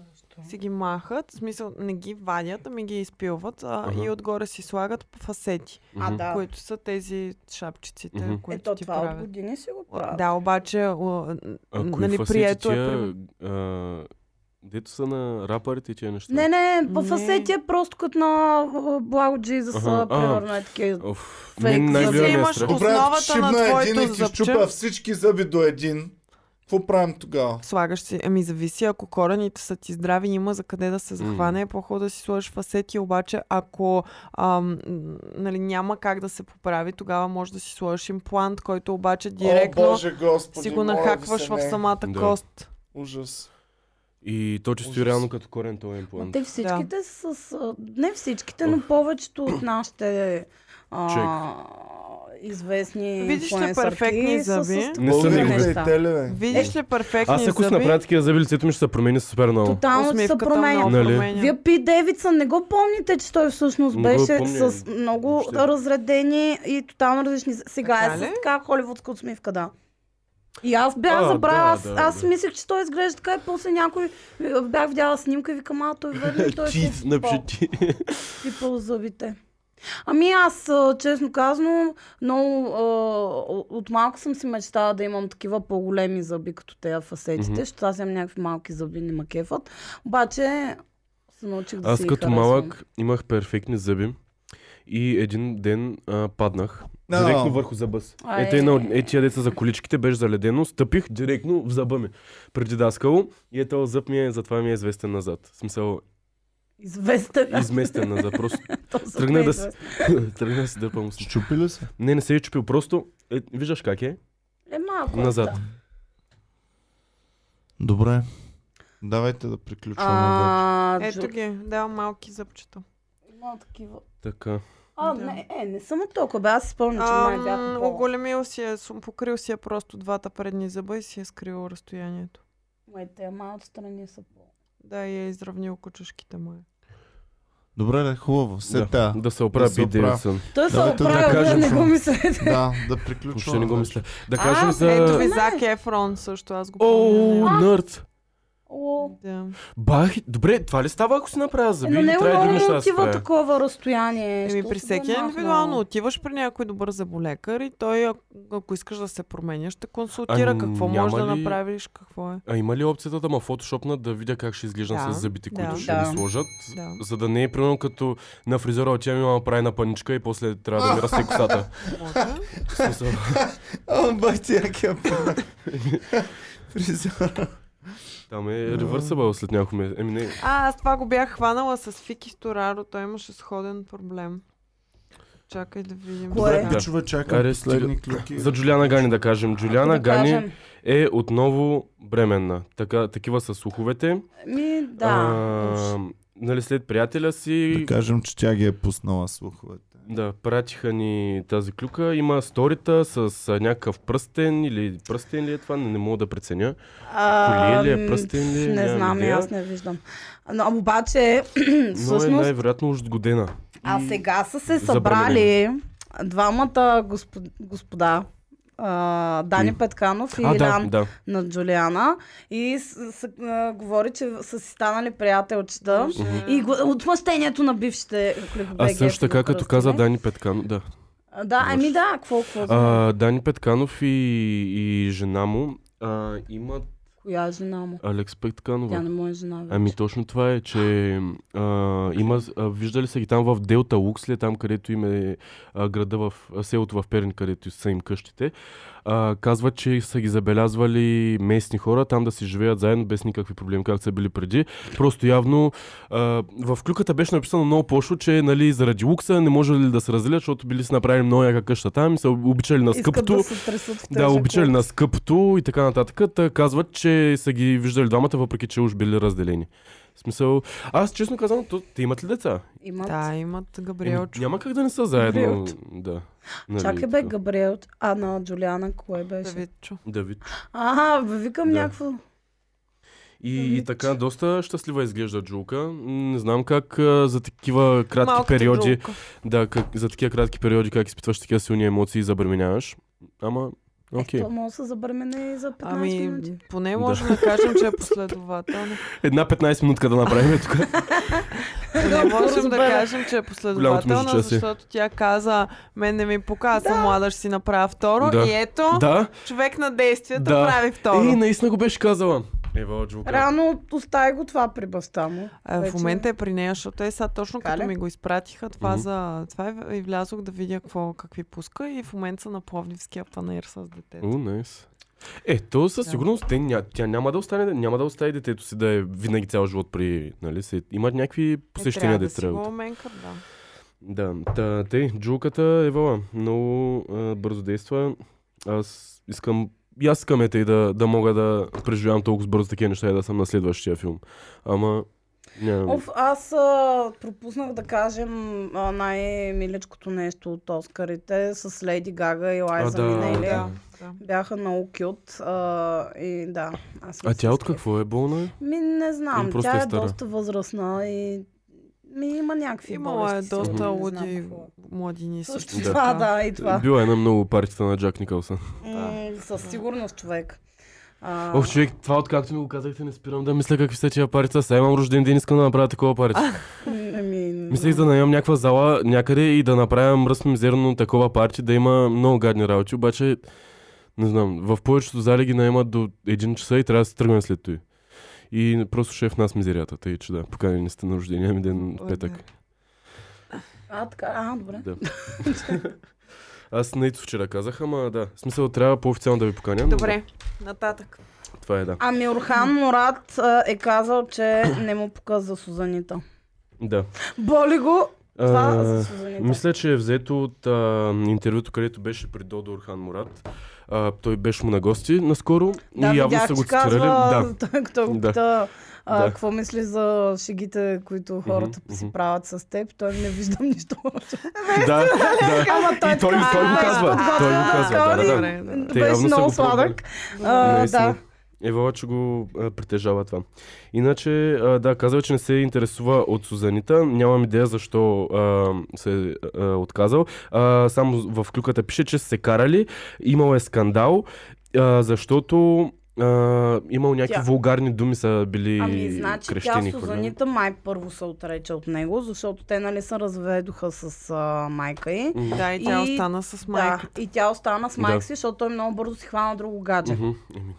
S4: Си ги махат, в смисъл не ги вадят, ами ги изпилват а,
S3: Ага.
S4: и отгоре си слагат фасети,
S1: А,
S3: Мгм.
S1: да.
S4: които са тези шапчиците,
S3: Мгм.
S4: които
S1: Ето
S4: ти
S1: това от
S4: правят.
S1: години си го
S4: О,
S1: правят.
S4: Да, обаче, о,
S3: А кои
S4: нали,
S3: фасети
S4: прието е...
S3: тия,
S4: примерно-
S3: а, Дето са на рапърите и тия неща.
S1: Не, не, по
S4: Не.
S1: фасети е просто като на а, Благо Джизъс,
S3: Аха, а.
S1: примерно е такива.
S3: Оф,
S1: Фейк
S3: мен най
S4: зъби. Ти
S3: големия
S4: имаш
S3: страх.
S4: ус- Основата
S2: Брат,
S4: на
S2: шибна един
S4: твоето
S2: и ти
S4: зъбче.
S2: щупя всички зъби до един. Какво правим тогава?
S4: Слагаш си, ами зависи, ако корените са ти здрави, има за къде да се захване, е по-хубаво да си сложиш фасети, обаче ако ам, м, нали, няма как да се поправи, тогава може да си сложиш имплант, който обаче директно
S2: О, Боже, Господи,
S4: си го
S2: моля ви
S4: нахакваш
S2: се,
S4: в
S2: не.
S4: самата
S3: Да.
S4: кост.
S2: Ужас.
S3: И то чисто и
S2: Ужас.
S3: реално като корен този имплант.
S1: Те всичките са с... а, Не всичките, но повечето от нашите а, известни
S4: Видиш ли
S1: инфлуенсърки
S4: перфектни
S1: са
S4: зъби?
S1: с
S3: Не са ми
S1: такива
S3: го
S2: Българите и
S1: неща.
S2: те ли, бе?
S4: Видиш ли перфектни
S3: Аз ако си
S4: зъби,
S3: направя такива зъби, лицето ми ще се промени супер много.
S1: Тотално се
S4: усмивката
S1: променя.
S4: много е
S3: Нали?
S4: променя.
S1: Вие Пи Девидсън не го помните, че той всъщност
S3: Не го
S1: беше
S3: помня,
S1: с много
S3: въобще.
S1: разредени и тотално различни. Сега
S4: Така
S1: е
S4: ли?
S1: с така холивудска усмивка, да. И аз бях
S3: А, да,
S1: забравила, аз,
S3: да,
S1: аз
S3: да.
S1: мислех, че той изглежда така и после някой е, бях видяла снимка и викам, а той верно, той е
S3: Ти,
S1: си
S3: напиши ти.
S1: пипал зъбите. Ами аз, а, честно казано, много, а, от малко съм си мечтала да имам такива по-големи зъби, като тея фасетите,
S3: Мгм.
S1: защото аз имам някакви малки зъби, не ма кефат. Обаче се научих да си
S3: Аз
S1: ги
S3: като
S1: харесвам.
S3: малък имах перфектни зъби. И един ден а, паднах.
S2: А.
S3: Директно върху зъба си.
S1: Ай.
S3: Ето една от е, тия деца за количките беше заледено. Стъпих директно в зъба ми. Предидаскало. И е този зъб ми е, затова ми е известен назад. В смисъл,
S1: Известен.
S3: изместен назад. Просто
S1: То със
S3: тръгна да
S1: неизвестен.
S3: се... тръгна си дъпам.
S2: Щупи ли се?
S3: Не, не се е чупил. Просто... Е, виждаш как е?
S1: Е, малко. е,
S3: Назад.
S1: да.
S2: Добре. Давайте да приключваме.
S1: А,
S4: ето
S1: Джо-
S4: ги, да, малки зъбчета.
S1: Има такива.
S3: Така.
S1: А,
S4: Да.
S1: не, е, не съм толкова. бе, Аз си спомням, че май бях.
S4: Ам,
S1: по-
S4: оголемил си е, сум- покрил си е просто двата предни зъба и си е скрил разстоянието.
S1: Ма и те малко страни са по.
S4: Да, и е изравнил кучушките му. е.
S2: Добре, да, хубаво. Се
S3: да,
S2: да.
S3: да се оправя
S2: Да се
S3: Бит
S2: оправя.
S3: Дейвидсън.
S1: Той се
S2: Давайте да
S1: оправил, да
S3: кажем.
S1: не го мислете.
S2: да, да
S3: Въобще не
S2: приключваме.
S3: го мисля. Да
S1: А,
S3: кажем
S4: Ето ви
S3: за...
S4: Зак Ефрон също, аз го
S3: О,
S4: помня.
S3: нърд!
S1: О,
S4: Да.
S3: Бах, добре, това ли става, ако си направя
S1: е,
S3: зъби?
S1: но
S3: или
S1: него
S3: трябва и
S1: много
S3: други неща
S1: му
S3: да се
S1: отива
S3: правя?
S1: такова разстояние. е
S4: Еми
S1: що
S4: при
S1: си го
S4: всеки
S1: махна?
S4: индивидуално отиваш при някой добър зъболекар и той, а- ако искаш да се променя, ще консултира
S3: А,
S4: какво
S3: Ами, няма
S4: може да
S3: ли-
S4: направиш, какво е.
S3: А има ли опцията да ма фотошопна да видя как ще изглеждам
S4: Да,
S3: с зъбите,
S4: да.
S3: които ще
S1: Да.
S3: ми сложат?
S4: Да.
S3: За да не е примерно като на фризера отивам и мама прави на паничка и после трябва да ми расте косата.
S4: Може.
S3: В смисъл,
S2: О, бах ти якия пък. Фризьора.
S3: Там е ревърсабъл след няколко месеца. Еми не,
S4: А, аз това го бях хванала с Фики Стораро, той имаше сходен проблем. Чакай да видим.
S1: Кое?
S4: сега.
S2: Добре, пичове, чакам
S3: Аре,
S2: последни клюки.
S3: за Джулиана Гани да кажем.
S1: Ако
S3: Джулиана
S1: да
S3: Гани
S1: кажем,
S3: е отново бременна. Така, такива са слуховете.
S1: Ми, да.
S3: А, нали, след приятеля си
S2: Да кажем, че тя ги е пуснала слуховете.
S3: Да, пратиха ни тази клюка. Има сторита с а, някакъв пръстен или пръстен ли е това, не, не мога да преценя. Колие ли е, пръстен ли е,
S1: Не
S3: нямам
S1: знам, и
S3: идея.
S1: аз не виждам. Но обаче,
S3: Но е
S1: всъщност,
S3: най-вероятно уж годена.
S1: а сега са се събрали
S3: забранено.
S1: двамата госпо- господа. а, Дани
S3: Кои?
S1: Петканов и
S3: А, да,
S1: Илян
S3: да.
S1: на Джулиана и с, с, а, говори, че са си станали приятелчета. И го, отмъщението на бившите е клипобеги.
S3: А също така, като каза Дани Петканов, да.
S1: Да, еми да, какво, какво знам?
S3: А, Дани Петканов и, и жена му а, имат
S1: Коя е жена му?
S3: Алекс
S1: Тя
S3: Петканова.
S1: не му е жена вече.
S3: Ами точно това е, че а, има, а, виждали са ги там в Делта Луксле, там където им е а, града в а, селото в Перин, където са им къщите. А, казват, че са ги забелязвали местни хора там да си живеят заедно без никакви проблеми, както са били преди. Просто явно а, в клюката беше написано много пошло, че нали, заради лукса не може ли да се разделят, защото били си направили много яка къща там и са обичали на
S1: Искат
S3: скъпто.
S1: да се тресат в
S3: Да,
S1: тежък
S3: обичали
S1: клуб.
S3: на скъпто и така нататък. Та казват, че са ги виждали двамата, въпреки че уж били разделени. В смисъл, аз честно казвам, то, те имат ли деца?
S1: Имат.
S4: Да, имат
S3: Еми,
S4: Габриелчо.
S3: няма как да не са заедно.
S1: Габриелчо.
S3: Да. Нали,
S1: Чакай бе,
S3: така.
S1: Габриел. А, на Джулиана, кое беше?
S4: Давидчо.
S3: Давид.
S1: А, бе, викам
S3: Да.
S1: някакво. Е,
S3: И, и така, доста щастлива изглежда Джулка. М, Не знам как а, за такива кратки
S4: Малката
S3: периоди,
S4: джулка.
S3: да, как, за такива кратки периоди, как изпитваш такива силни емоции и забременяваш. Ама, окей.
S1: Okay. Е, То може да се забремене и за 15
S4: Ами,
S1: минути.
S4: поне
S3: Да.
S4: можем да кажем, че е последователна.
S3: Една 15 минутка да направим тук.
S4: Не можем да
S1: разбера.
S4: кажем, че е
S3: Голямото
S4: последователна,
S3: междучасие.
S4: защото тя каза, мен не ми показва, да. млада ще си направя второ.
S3: Да.
S4: И ето,
S3: да.
S4: човек на действията
S3: Да.
S4: прави второ.
S3: Ей, наистина го беше казала. Ева, Джулка.
S1: Рано остави го това при баща му.
S4: А, в
S1: Вече-
S4: момента е при нея, защото е сега точно
S1: Така ли?
S4: като ми го изпратиха това
S3: Мгм.
S4: за това е- и- и влязох да видя какво, какви пуска и в момента са на Пловдивския панаир с детето.
S3: О, найс. Е, то със
S4: Да.
S3: сигурност те, ня, тя няма да, остане, няма да остави детето си да е винаги цял живот при... Нали, се, имат някакви посещения
S4: е,
S3: да
S4: трябва да си го
S3: трябва.
S4: оменкат, да.
S3: Да, та, те, джулката е вала. Много а, бързо действа. Аз искам и аз искам ете и да, да мога да преживявам толкова бързо такива неща и да съм на следващия филм. Ама... Нямам.
S1: Оф, аз а, пропуснах да кажем а, най-миличкото нещо от Оскарите с Леди Гага и е Лайза
S3: да.
S4: Да,
S1: Минели.
S4: да, да.
S1: Бяха много кют. А, и да, аз съм
S3: а
S1: се
S3: тя от
S1: скефила.
S3: какво е болна?
S1: Ми не знам,
S3: Или просто
S1: тя
S3: е
S1: е,
S3: стара?
S1: доста възрастна и ми има някакви
S4: Имала е
S1: болести, сигурно,
S4: доста
S1: не знам
S4: луди
S1: какво е.
S4: младини.
S1: Също
S3: Да.
S4: също
S1: това,
S4: така.
S1: да, и това.
S3: Била е една много партията на Джак Никълсън.
S1: М, Със сигурност човек. А,
S3: Ох, човек, това откакто ми го казахте, не спирам да мисля какви са тия парица. Сега имам рожден ден, искам да направя такова парица.
S1: ами, не
S3: Мислех
S1: знам.
S3: да наемам някаква зала някъде и да направя мръсно мизерно такова парти, да има много гадни работи, обаче не знам, в повечето зали ги наемат до 1 часа и трябва да се тръгваме след той. И просто ще е в нас мизерията, тъй че да, поканени сте на рождения ми ден
S4: Ой,
S3: петък.
S4: да.
S1: А, така, а, добре.
S3: Да. Аз наито вчера казах, ама да. В смисъл трябва по-официално да ви поканя. но
S4: Добре, нататък.
S3: Да, това е да.
S1: Ами Орхан Мурат а, е казал, че не му показва Сузанита.
S3: Да.
S1: Боли го това
S3: А,
S1: за Сузанита.
S3: Мисля, че е взето от а, интервюто, където беше при Додо Орхан Мурат. А, той беше му на гости наскоро
S1: да,
S3: и явно
S1: видях,
S3: са го
S1: че
S3: цитирали. Да.
S1: Казва, да. Той го
S3: Да.
S1: пита а,
S3: Да.
S1: какво мисли за шегите, които хората си
S3: мгм.
S1: правят с теб. Той не виждам нищо лошо.
S3: да, да.
S1: Ама той
S3: И той, той го
S1: така
S3: казва.
S1: подготвя
S3: Той го
S1: на
S3: казва. Да, да, да.
S1: теории.
S4: Добре, да.
S3: Те
S1: Беше
S3: явно са Е,
S1: много
S3: го пробвали.
S1: сладък. А, да.
S3: Наистина. Евала, че го а, притежава това. Иначе, а, да, казва, че не се интересува от Сузанита. Нямам идея защо а, се е а, отказал. А, само в клюката пише, че са се карали. Имал е скандал, а, защото а, имал някакви
S1: Тя-
S3: вулгарни думи са били
S1: Ами, значи тя
S3: крещени. хвърлени.
S1: Сузанита май първо се отрече от него, защото те нали се разведоха с а, майка й.
S3: М,
S4: Да, и тя
S1: И-
S4: остана с майка.
S1: Да, и тя остана с майка
S3: Да.
S1: си, защото той много бързо си хвана друго гадже,
S3: мгм, ами. еми,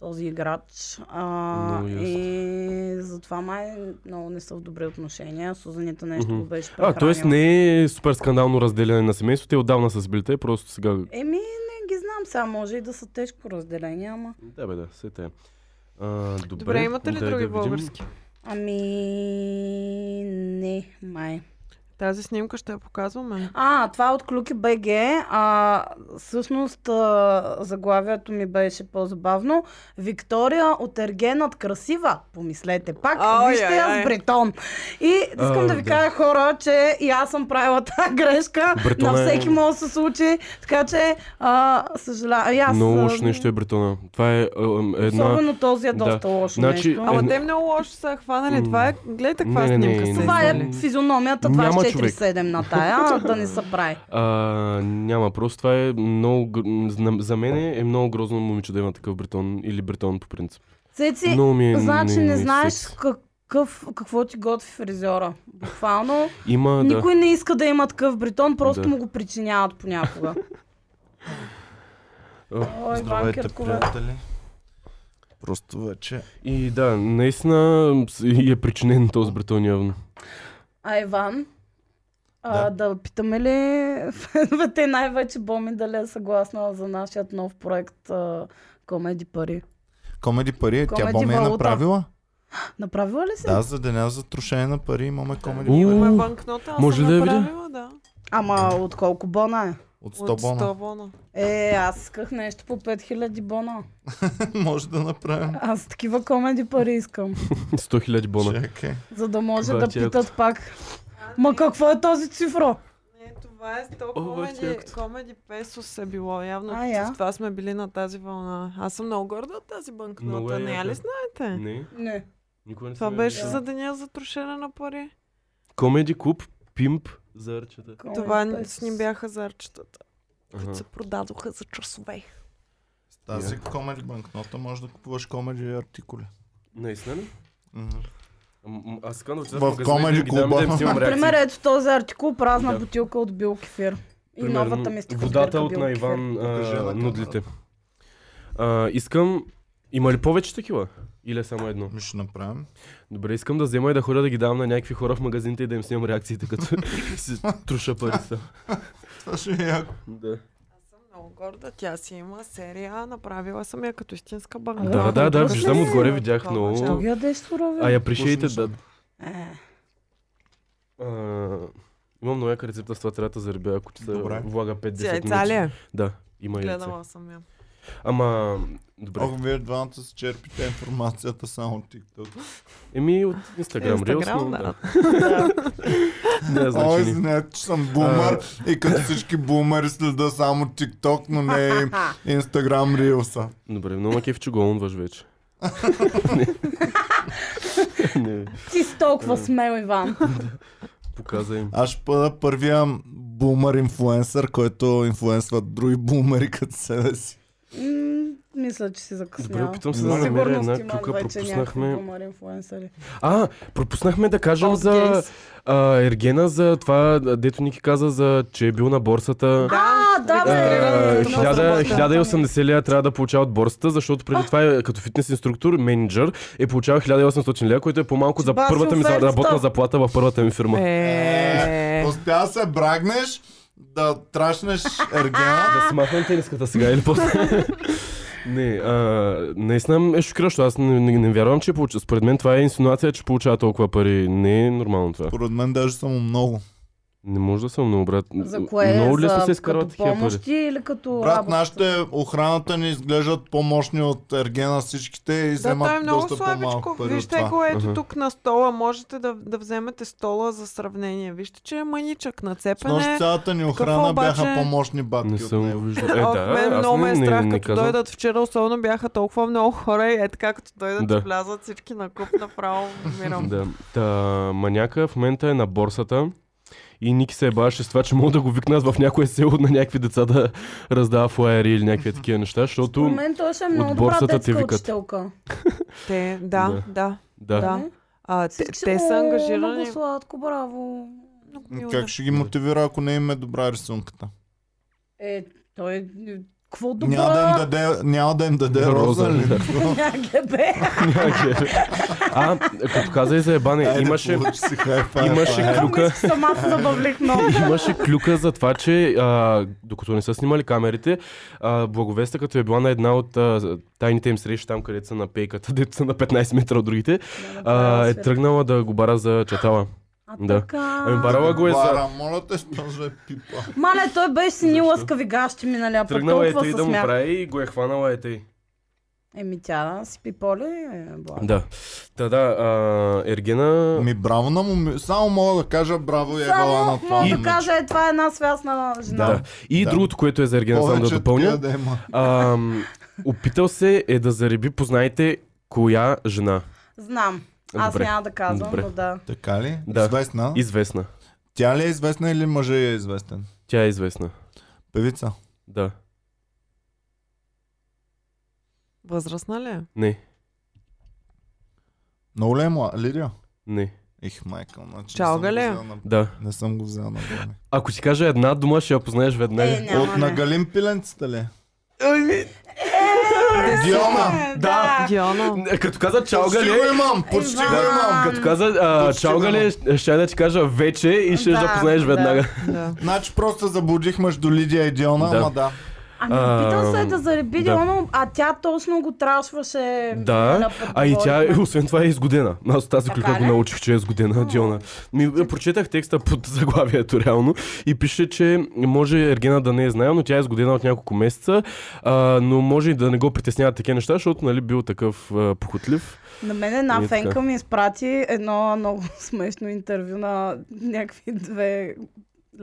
S1: този играч. А,
S3: Много ясно.
S1: и затова май много не са в добри отношения. Сузанита нещо
S3: Мгм.
S1: го беше
S3: А,
S1: прехранила.
S3: т.е. не е супер скандално разделяне на семейството. Те отдавна са сбили, те просто сега
S1: Еми, не ги знам сега, може и да са тежко разделения, ама...
S3: Да, бе, да, се те. А, добре,
S4: Добре, имате ли
S3: дай да
S4: други
S3: видим.
S4: български?
S1: Ами... Не, Ами, май.
S4: Тази снимка ще я показваме.
S1: А, това е от Клюки БГ. А, всъщност а, заглавието ми беше по-забавно. Виктория от Ергенът красива. Помислете пак.
S4: Ой,
S1: Вижте
S4: ой,
S1: я
S4: ой.
S1: с бретон. И искам
S3: А,
S1: да ви
S3: да.
S1: кажа хора, че и аз съм правила тази грешка.
S3: Бретон
S1: На
S3: е-
S1: всеки може да се случи. Така че, а, съжалявам. И Аз,
S3: Много
S1: а,
S3: лошо нещо е бретона. Това е а, ам, една...
S1: Особено този е
S3: Да.
S1: доста лошо
S3: Значи,
S1: нещо.
S4: Ама
S3: Една-
S4: те много лошо са я хванали.
S3: М.
S4: Това е... Гледайте каква
S3: Не, не, не,
S4: снимка
S3: не,
S4: са
S3: не.
S1: Това
S4: издали.
S1: е физиономията, това е
S3: Няма човек.
S1: 4-7 на тая, да не се прави.
S3: А, няма, просто това е много... гр- м, зна- За мен е много грозно момиче да има такъв бретон или бретон по принцип.
S1: Цеци,
S3: Много ми е...
S1: Значи не
S3: ми е
S1: знаеш
S3: секс.
S1: какъв, какво ти готви фризьора. Буквално.
S3: Има, да.
S1: Никой не иска да има такъв бритон, просто
S3: Да.
S1: му го причиняват понякога. Ой,
S2: Здравейте,
S1: банкерткова.
S2: приятели. Просто вече.
S3: И да, наистина с- и е причинен този бретон явно.
S1: А Иван? А, да. питаме ли феновете най-вече Боми дали е съгласна за нашия нов проект а, Комеди пари?
S2: Комеди пари, тя
S1: Комеди
S2: Боми е
S1: валута.
S2: направила.
S1: Направила ли си?
S2: Да, за деня за трошение на пари имаме комеди пари.
S3: Уу.
S4: Имаме банкнота. Аз
S3: Може
S4: съм
S3: ли да я видя?
S4: направила, да.
S1: Ама от колко бона е?
S2: От 100
S4: От 100
S2: бона.
S4: бона.
S1: Е, аз исках нещо по 5000 бона.
S2: Може да направим.
S1: Аз такива комеди пари искам.
S3: 100 000 бона.
S2: Чакай.
S1: За да може
S3: Кога
S1: да
S3: ти е
S1: питат пак. Ма какво е този цифро?
S4: Не, това е 100
S3: О,
S4: комеди,
S3: тякото.
S4: комеди песос е било. Явно
S1: А,
S4: а,
S1: я.
S4: с това сме били на тази вълна. Аз съм много горда от тази
S3: Много
S4: банкнота.
S3: е
S4: Не я
S3: яка.
S4: ли знаете?
S3: Не,
S1: Не.
S3: никога не
S4: Това
S3: съм я
S4: беше
S3: виждал.
S4: за деня за трошене на пари.
S3: Комеди клуб, пимп, зарчета.
S1: е
S4: Това н-
S1: Пес.
S4: с ни бяха зарчетата, които
S3: Ага.
S4: се продадоха за часове.
S2: С тази комеди банкнота може да купуваш комеди артикули.
S3: Наистина ли?
S2: Мгм.
S3: М- м- Аз искам да отида в
S2: В
S3: магазина и да
S2: Comedy
S3: ги дам да им
S2: Club.
S3: снимам
S1: Например,
S3: реакции.
S1: е ето този артикул, празна
S3: Да.
S1: бутилка от бил кефир. И
S3: Примерно,
S1: новата ми стиха
S3: Водата от на Иван а,
S2: Покажи е на камерата.
S3: нудлите. А, искам... Има ли повече такива? Или е само едно?
S2: Ми ще направим.
S3: Добре, искам да взема и да ходя да ги давам на някакви хора в магазините и да им снимам реакциите, като си труша парите.
S2: Това ще е яко.
S3: Да.
S4: Съм много горда. Тя си има серия. Направила съм я като истинска банкнота.
S3: Да, да, да,
S1: Добре.
S3: виждам отгоре,
S4: Такова
S3: видях
S4: нещо.
S1: Що
S3: много.
S1: ги ядеш сурови?
S3: А я пришейте
S2: Вкусно
S3: да...
S2: ще
S1: Е,
S3: А, Имам много яка рецепта с това трята за рибя, ако ти се
S2: Добре.
S3: влага 5-10
S4: Яйца ли
S3: минути.
S4: е?
S3: Да, има яйца.
S4: Гледала съм я.
S3: Ама, добре.
S2: Ох, вие двамата се черпите информацията само от TikTok.
S3: Еми от Instagram, Reels, но
S4: Инстаграм,
S3: да.
S4: да.
S3: Не,
S2: Ой,
S3: значи не.
S2: извинете, че съм бумър и като всички бумъри следа само TikTok, но не и Instagram Reels.
S3: Добре, много ме кеф, че го онваш вече. не. не,
S1: ти си
S3: Е.
S1: толкова смел, Иван.
S3: показа им.
S2: Аз ще бъда първия бумър инфлуенсър, който инфлуенсват други бумъри като себе си.
S1: М, Мисля, че си
S3: Добре,
S1: закъснял.
S3: опитвам се да
S1: Със
S3: намеря
S1: сигурност
S3: една
S1: има
S3: клюка,
S1: вече някакви
S3: пропуснахме...
S1: бумари инфлуенсъри.
S3: А, пропуснахме да кажем
S4: Бос
S3: за
S4: Гейс.
S3: а, Ергена, за това, дето Ники каза, за, че е бил на борсата.
S1: А, да, бе!
S4: регистрирана
S3: А,
S4: е
S1: Много
S4: хиляда-
S1: забавно.
S3: 1000 1080 лева трябва да получава от борсата, защото преди това е като фитнес инструктор, менеджер, е получавал 1800 лева, което е по-малко за
S1: Баси
S3: първата ми за-
S1: офертата.
S3: работна заплата в първата ми фирма.
S4: Е,
S2: Успя да се брагнеш, да трашнеш ергена.
S3: Да си махнем тениската сега или после. Не, а, наистина е шокиращо. Аз не, не, не вярвам, че получава. Според мен това е инсинуация, че получава толкова пари. Не е нормално това.
S2: Поред мен даже само много.
S3: Не може да съм много брат.
S1: За кое?
S3: Много лесно
S1: За-
S3: се изкарват
S1: като
S3: такива пари.
S1: помощи или като
S2: Брат,
S1: работа?
S2: нашите охраната ни изглеждат по-мощни от ергена всичките и
S4: Да,
S2: вземат
S4: той е много
S2: доста по-малко
S4: слабичко.
S2: пари от
S4: Вижте е
S2: това.
S4: го ето
S3: Мгм.
S4: тук на стола. Можете да, да вземете стола за сравнение. Вижте, че е маничък на
S2: С нощ
S4: цепене.
S2: цялата ни охрана
S4: Какво обаче?
S2: бяха по-мощни батки
S3: Не
S2: от
S3: съм го
S2: него.
S3: виждал. Е,
S4: Ох,
S3: да,
S4: мен
S3: аз
S4: много
S3: не,
S4: ме е страх,
S3: не, не
S4: като
S3: казвам.
S4: дойдат вчера, особено бяха толкова много хора и е така, като дойдат
S3: Да.
S4: и влязат всички на куп, направо умирам.
S3: Да. Та, маняка в момента е на борсата. И Ники се ебаваше с това, че мога да го викнат в някое село на някакви деца да раздава флаери или някакви такива неща,
S1: Според
S3: защото...
S1: мен той ще е много добра
S3: борсата ти
S1: детска
S3: викат.
S1: учителка.
S4: Те, да, да.
S3: Да.
S4: Да.
S1: Не?
S4: А, те,
S1: Всички
S4: те
S1: му
S4: са
S1: Много
S4: ангажирани.
S1: сладко, браво.
S4: Много мило.
S2: Как ще ги мотивира, ако не им е добра рисунката?
S1: Е, той... Какво добра?
S2: Няма да им даде, няма да им даде роза. нали? ли?
S3: Роза,
S1: Някъде.
S3: А, като каза и за ебане,
S2: Айде,
S3: имаше...
S2: получи си хай-фай,
S3: имаше
S2: хай.
S3: клюк. Клюка.
S1: Ами, Сама се забавлих много.
S3: Имаше клюка за това, че а, докато не са снимали камерите, а, благовеста като е била на една от а, тайните им срещи там, където са
S1: е
S3: е на пейката, дето са на 15 метра от другите, а, е тръгнала да го бара за чатала.
S1: А
S3: Да.
S1: така...
S3: Ами, Барала го е за...
S2: Бара, моля те, спонсор пипа.
S1: Мале, той беше си ни
S3: Защо?
S1: лъскави гащи миналия път.
S3: Тръгнала е
S1: Толкова
S3: тъй
S1: се
S3: да му
S1: смях.
S3: прави и го е хванала е тъй.
S1: Еми тя си пиполи. Е, бла.
S3: Да. Та да, а, Ергена...
S2: Ми браво на момиче. Само мога да кажа
S4: е
S2: браво и ела
S1: Само
S2: на това
S1: мога да
S2: момиче.
S1: кажа, е, това е една свясна жена.
S3: Да. И
S2: Да.
S3: другото, което е за Ергена, само да
S2: Повече
S3: допълня.
S2: такива да има.
S3: А, опитал се е да зареби, познайте коя жена.
S1: Знам. Аз
S3: Добре.
S1: няма да казвам,
S3: Добре.
S1: но да.
S2: Така ли?
S3: Да.
S2: Известна.
S3: Е, Известна.
S2: Тя ли е известна или мъжа е известен?
S3: Тя е известна.
S2: Певица.
S3: Да.
S4: Възрастна ли е?
S3: Не.
S2: Много ли е млад? Лидия?
S3: Не.
S2: Их, майка, значи.
S4: Чалга
S2: не
S4: ли е?
S2: съм го взел на-
S3: Да.
S2: Не съм го взел на време.
S3: Ако ти кажа една дума, ще я познаеш веднага.
S1: Е, няма
S2: От
S1: не.
S2: на Галин Пиленцата ли?
S1: Е,
S2: Диона!
S3: Да.
S4: Диона.
S3: Не, Като каза чалга
S2: Почти
S3: ли, е?
S2: го имам! Почти го
S1: Иван.
S2: имам!
S3: като каза а,
S2: Почти
S3: чалга ли, е, ще да ти кажа вече и ще да,
S1: Да,
S3: познаеш
S1: да.
S3: веднага.
S4: Да.
S2: Значи просто се заблудих между Лидия и Диона,
S3: Да.
S2: ама да.
S1: Ами,
S3: А,
S1: опитал се е да зареби
S3: да.
S1: Диона, а тя точно го трашваше.
S3: Да,
S1: Е, на път,
S3: а и тя,
S1: говорихме.
S3: освен това, е изгодена. Аз от тази
S1: Така
S3: клюка го
S1: ли?
S3: научих, че е изгодена, Диона. Ми, прочетах текста под заглавието реално и пише, че може Ергена да не е знаел, но тя е изгодена от няколко месеца, а, но може и да не го притесняват такива неща, защото нали, бил такъв а, похотлив.
S1: На мен една
S3: И така.
S1: фенка ми изпрати едно много смешно интервю на някакви две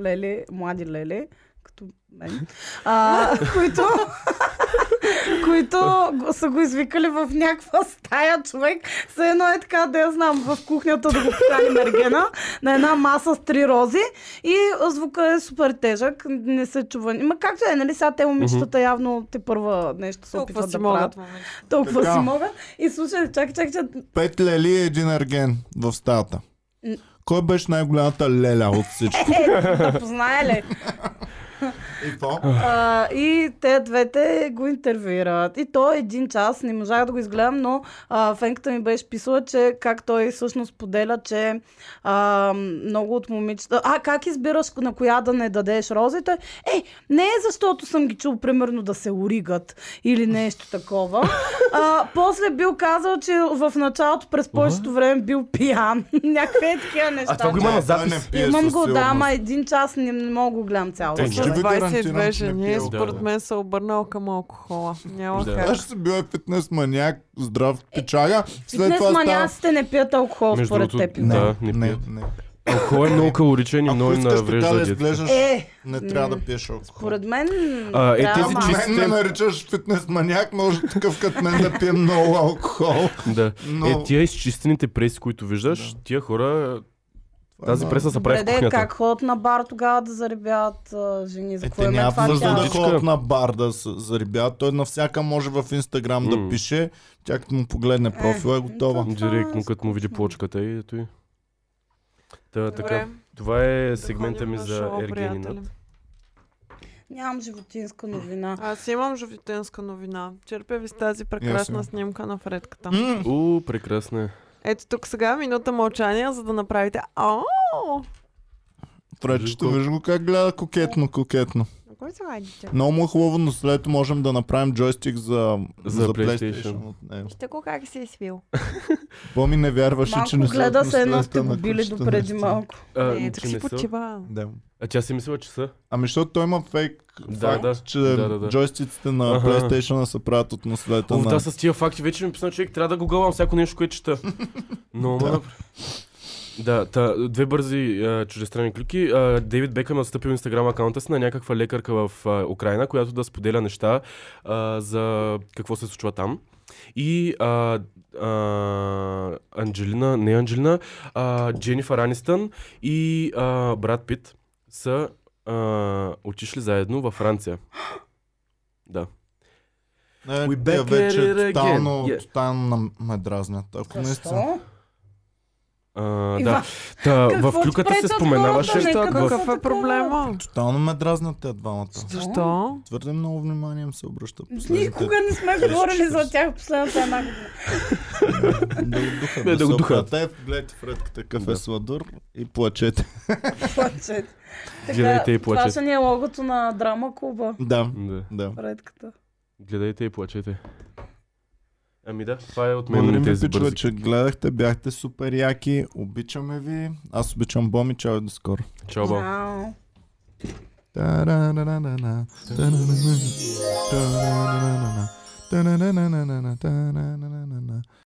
S1: лели, млади лели, като мен, а, които, които го- са го извикали в някаква стая човек. Все едно е така, да я знам, в кухнята да го покани Мергена на една маса с три рози и звука е супер тежък, не се чува. Ма както е, нали сега те момичетата явно те първа нещо се
S4: Толкова
S1: опитват
S4: си
S1: да правят.
S4: могат. момичета.
S1: Толкова
S2: Така.
S1: си мога. И слушай, чакай, чакай, чакай.
S2: Пет лели и един ерген в стаята.
S1: М.
S2: Кой беше най-голямата леля от всички?
S1: Е, да познае ли?
S2: И какво?
S1: А, и те двете го интервюират. И то е един час, не можах да го изгледам, но а, фенката ми беше писала, че как той всъщност поделя, че а, много от момичета... А, как избираш на коя да не дадеш розите? Е, не е защото съм ги чул, примерно, да се оригат или нещо такова. А, после бил казал, че в началото през повечето време бил пиян. Някакви такива неща.
S3: това го Има на
S2: Не, той не
S3: запис.
S2: пие
S1: Имам
S2: със
S1: го, да,
S2: сигурност.
S1: ама един час не, не мога да го гледам цялото.
S3: Е,
S4: С
S3: Ще ви
S4: 22
S2: гарантирам, че не
S4: жени,
S2: пия
S4: според
S2: алкохол.
S4: мен, се обърнал към алкохола. Няма
S3: Да.
S2: Аз
S4: как.
S2: ще си бил е фитнес маняк, здрав печага. След
S1: Днес
S2: това става...
S1: маняците не пият алкохол,
S3: Между
S1: според
S3: другото,
S1: теб.
S3: не. Да,
S2: не,
S3: пия.
S2: не.
S3: Алкохол е много калоричен и
S2: Ако
S3: много им
S2: искаш така да
S3: наврежда диета.
S2: изглеждаш,
S1: Е,
S2: не трябва да пиеш алкохол.
S1: според мен...
S3: А, е,
S1: трябва
S3: тези
S1: малко.
S2: Ама
S3: чисти-
S2: мен ме наричаш фитнес маняк, може такъв като мен да пие много алкохол.
S3: Да.
S2: Но-
S3: Е, тия изчистените преси, които виждаш, тия хора, тази
S2: Ама-
S3: преса се прави
S1: Добре,
S3: в
S1: де,
S3: кухнята.
S1: как ходят на бар тогава да заребят а, жени? За
S2: Е,
S1: какво
S2: те
S1: им е
S2: няма
S1: това
S2: нужда
S1: тяло?
S2: да
S3: тяло?
S2: ходят на бар да с- заребяват. Той на всяка може в Инстаграм да
S3: М.
S2: пише. Тя като му погледне профила е готова.
S1: това е
S3: Директно, като му види
S1: скучно.
S3: плочката и ето и. Та, така.
S4: Добре,
S3: Това е
S4: да
S3: сегмента
S4: ходим
S3: ми
S4: на
S3: за
S4: шоу,
S3: Ергенина.
S4: приятели.
S1: Нямам животинска новина.
S4: Аз имам животинска новина. Черпя ви с тази
S2: Аз имам.
S4: прекрасна снимка на фредката.
S1: е,
S2: М,
S3: У, прекрасна е.
S4: Ето тук сега минута мълчание, за да направите ао.
S2: Фредчето,
S3: Виж го.
S2: виж го как гледа кокетно, кокетно.
S4: На кой се ладите?
S2: Много му е хубаво, но след това можем да направим джойстик за,
S3: За PlayStation.
S2: от него.
S4: Ще го как се е свил.
S2: Боми не вярваше, че не
S1: Малко
S2: са
S1: гледа се едно
S2: атмосферата
S1: сте го
S2: на
S1: били
S2: кучета,
S1: допреди
S2: наистина.
S1: малко.
S3: А,
S4: Е, тук
S3: че
S4: си
S3: не са.
S4: почива.
S2: Да.
S3: А тя си мислила, че са.
S2: Ами защото той има фейк
S3: Да,
S2: факт,
S3: да.
S2: че
S3: Да, да, да.
S2: джойстиците на
S3: Аха.
S2: PlayStation се правят от носителите
S3: О,
S2: на...
S3: да, с тия факти вече ми писна човек, трябва да гугълвам всяко нещо, което чета. Но, ма... Да, та, две бързи а, чуждестранни клюки. А, Дейвид Бекъм е отстъпил инстаграм акаунта си на някаква лекарка в а, Украина, която да споделя неща а, за какво се случва там. И а, а, Анджелина, не Анджелина, а, Дженифър Анистън и а, брат Пит са а, отишли заедно във Франция. Да.
S2: Не,
S3: We
S2: тия
S3: back
S2: Е, вече
S3: at it again.
S2: тотално,
S3: Yeah.
S2: тотално на- ме дразнят. Ако не са...
S1: Защо?
S3: А,
S1: Ива,
S3: да. Та,
S1: какво
S3: в
S1: ти
S3: клюката се
S1: пречат
S3: споменаваше.
S1: хората,
S4: Защо?
S1: нека да са
S3: В...
S4: Какъв
S1: такова?
S4: е проблема?
S2: Тотално ме дразнат те двамата.
S4: Защо?
S2: Твърде много внимание им се обръща. последните-
S1: Никога не сме говорили за тях последната една година.
S2: Да го духа.
S3: Не, да го духа.
S2: Те, гледайте Фредката кафе
S3: Да.
S2: с сладур и плачете.
S1: Плачете.
S3: Гледайте и
S1: Така, Това
S3: плачете.
S1: ще ни е логото на драма клуба.
S2: Да,
S3: Да.
S2: да.
S1: Редката.
S3: Гледайте и плачете. Ами да, това е от мен
S2: Благодарим
S3: на
S2: ви,
S3: тези
S2: пичове,
S3: бързи.
S2: че гледахте, бяхте супер яки, обичаме ви. Аз обичам Боми, чао и до скоро.
S3: Чао, бал.
S1: Ау.
S2: Та-ра-ра-ра-ра-ра, та-ра-ра-ра-ра, та-ра-ра-ра-ра, та-ра-ра-ра-ра, та-ра-ра-ра-ра.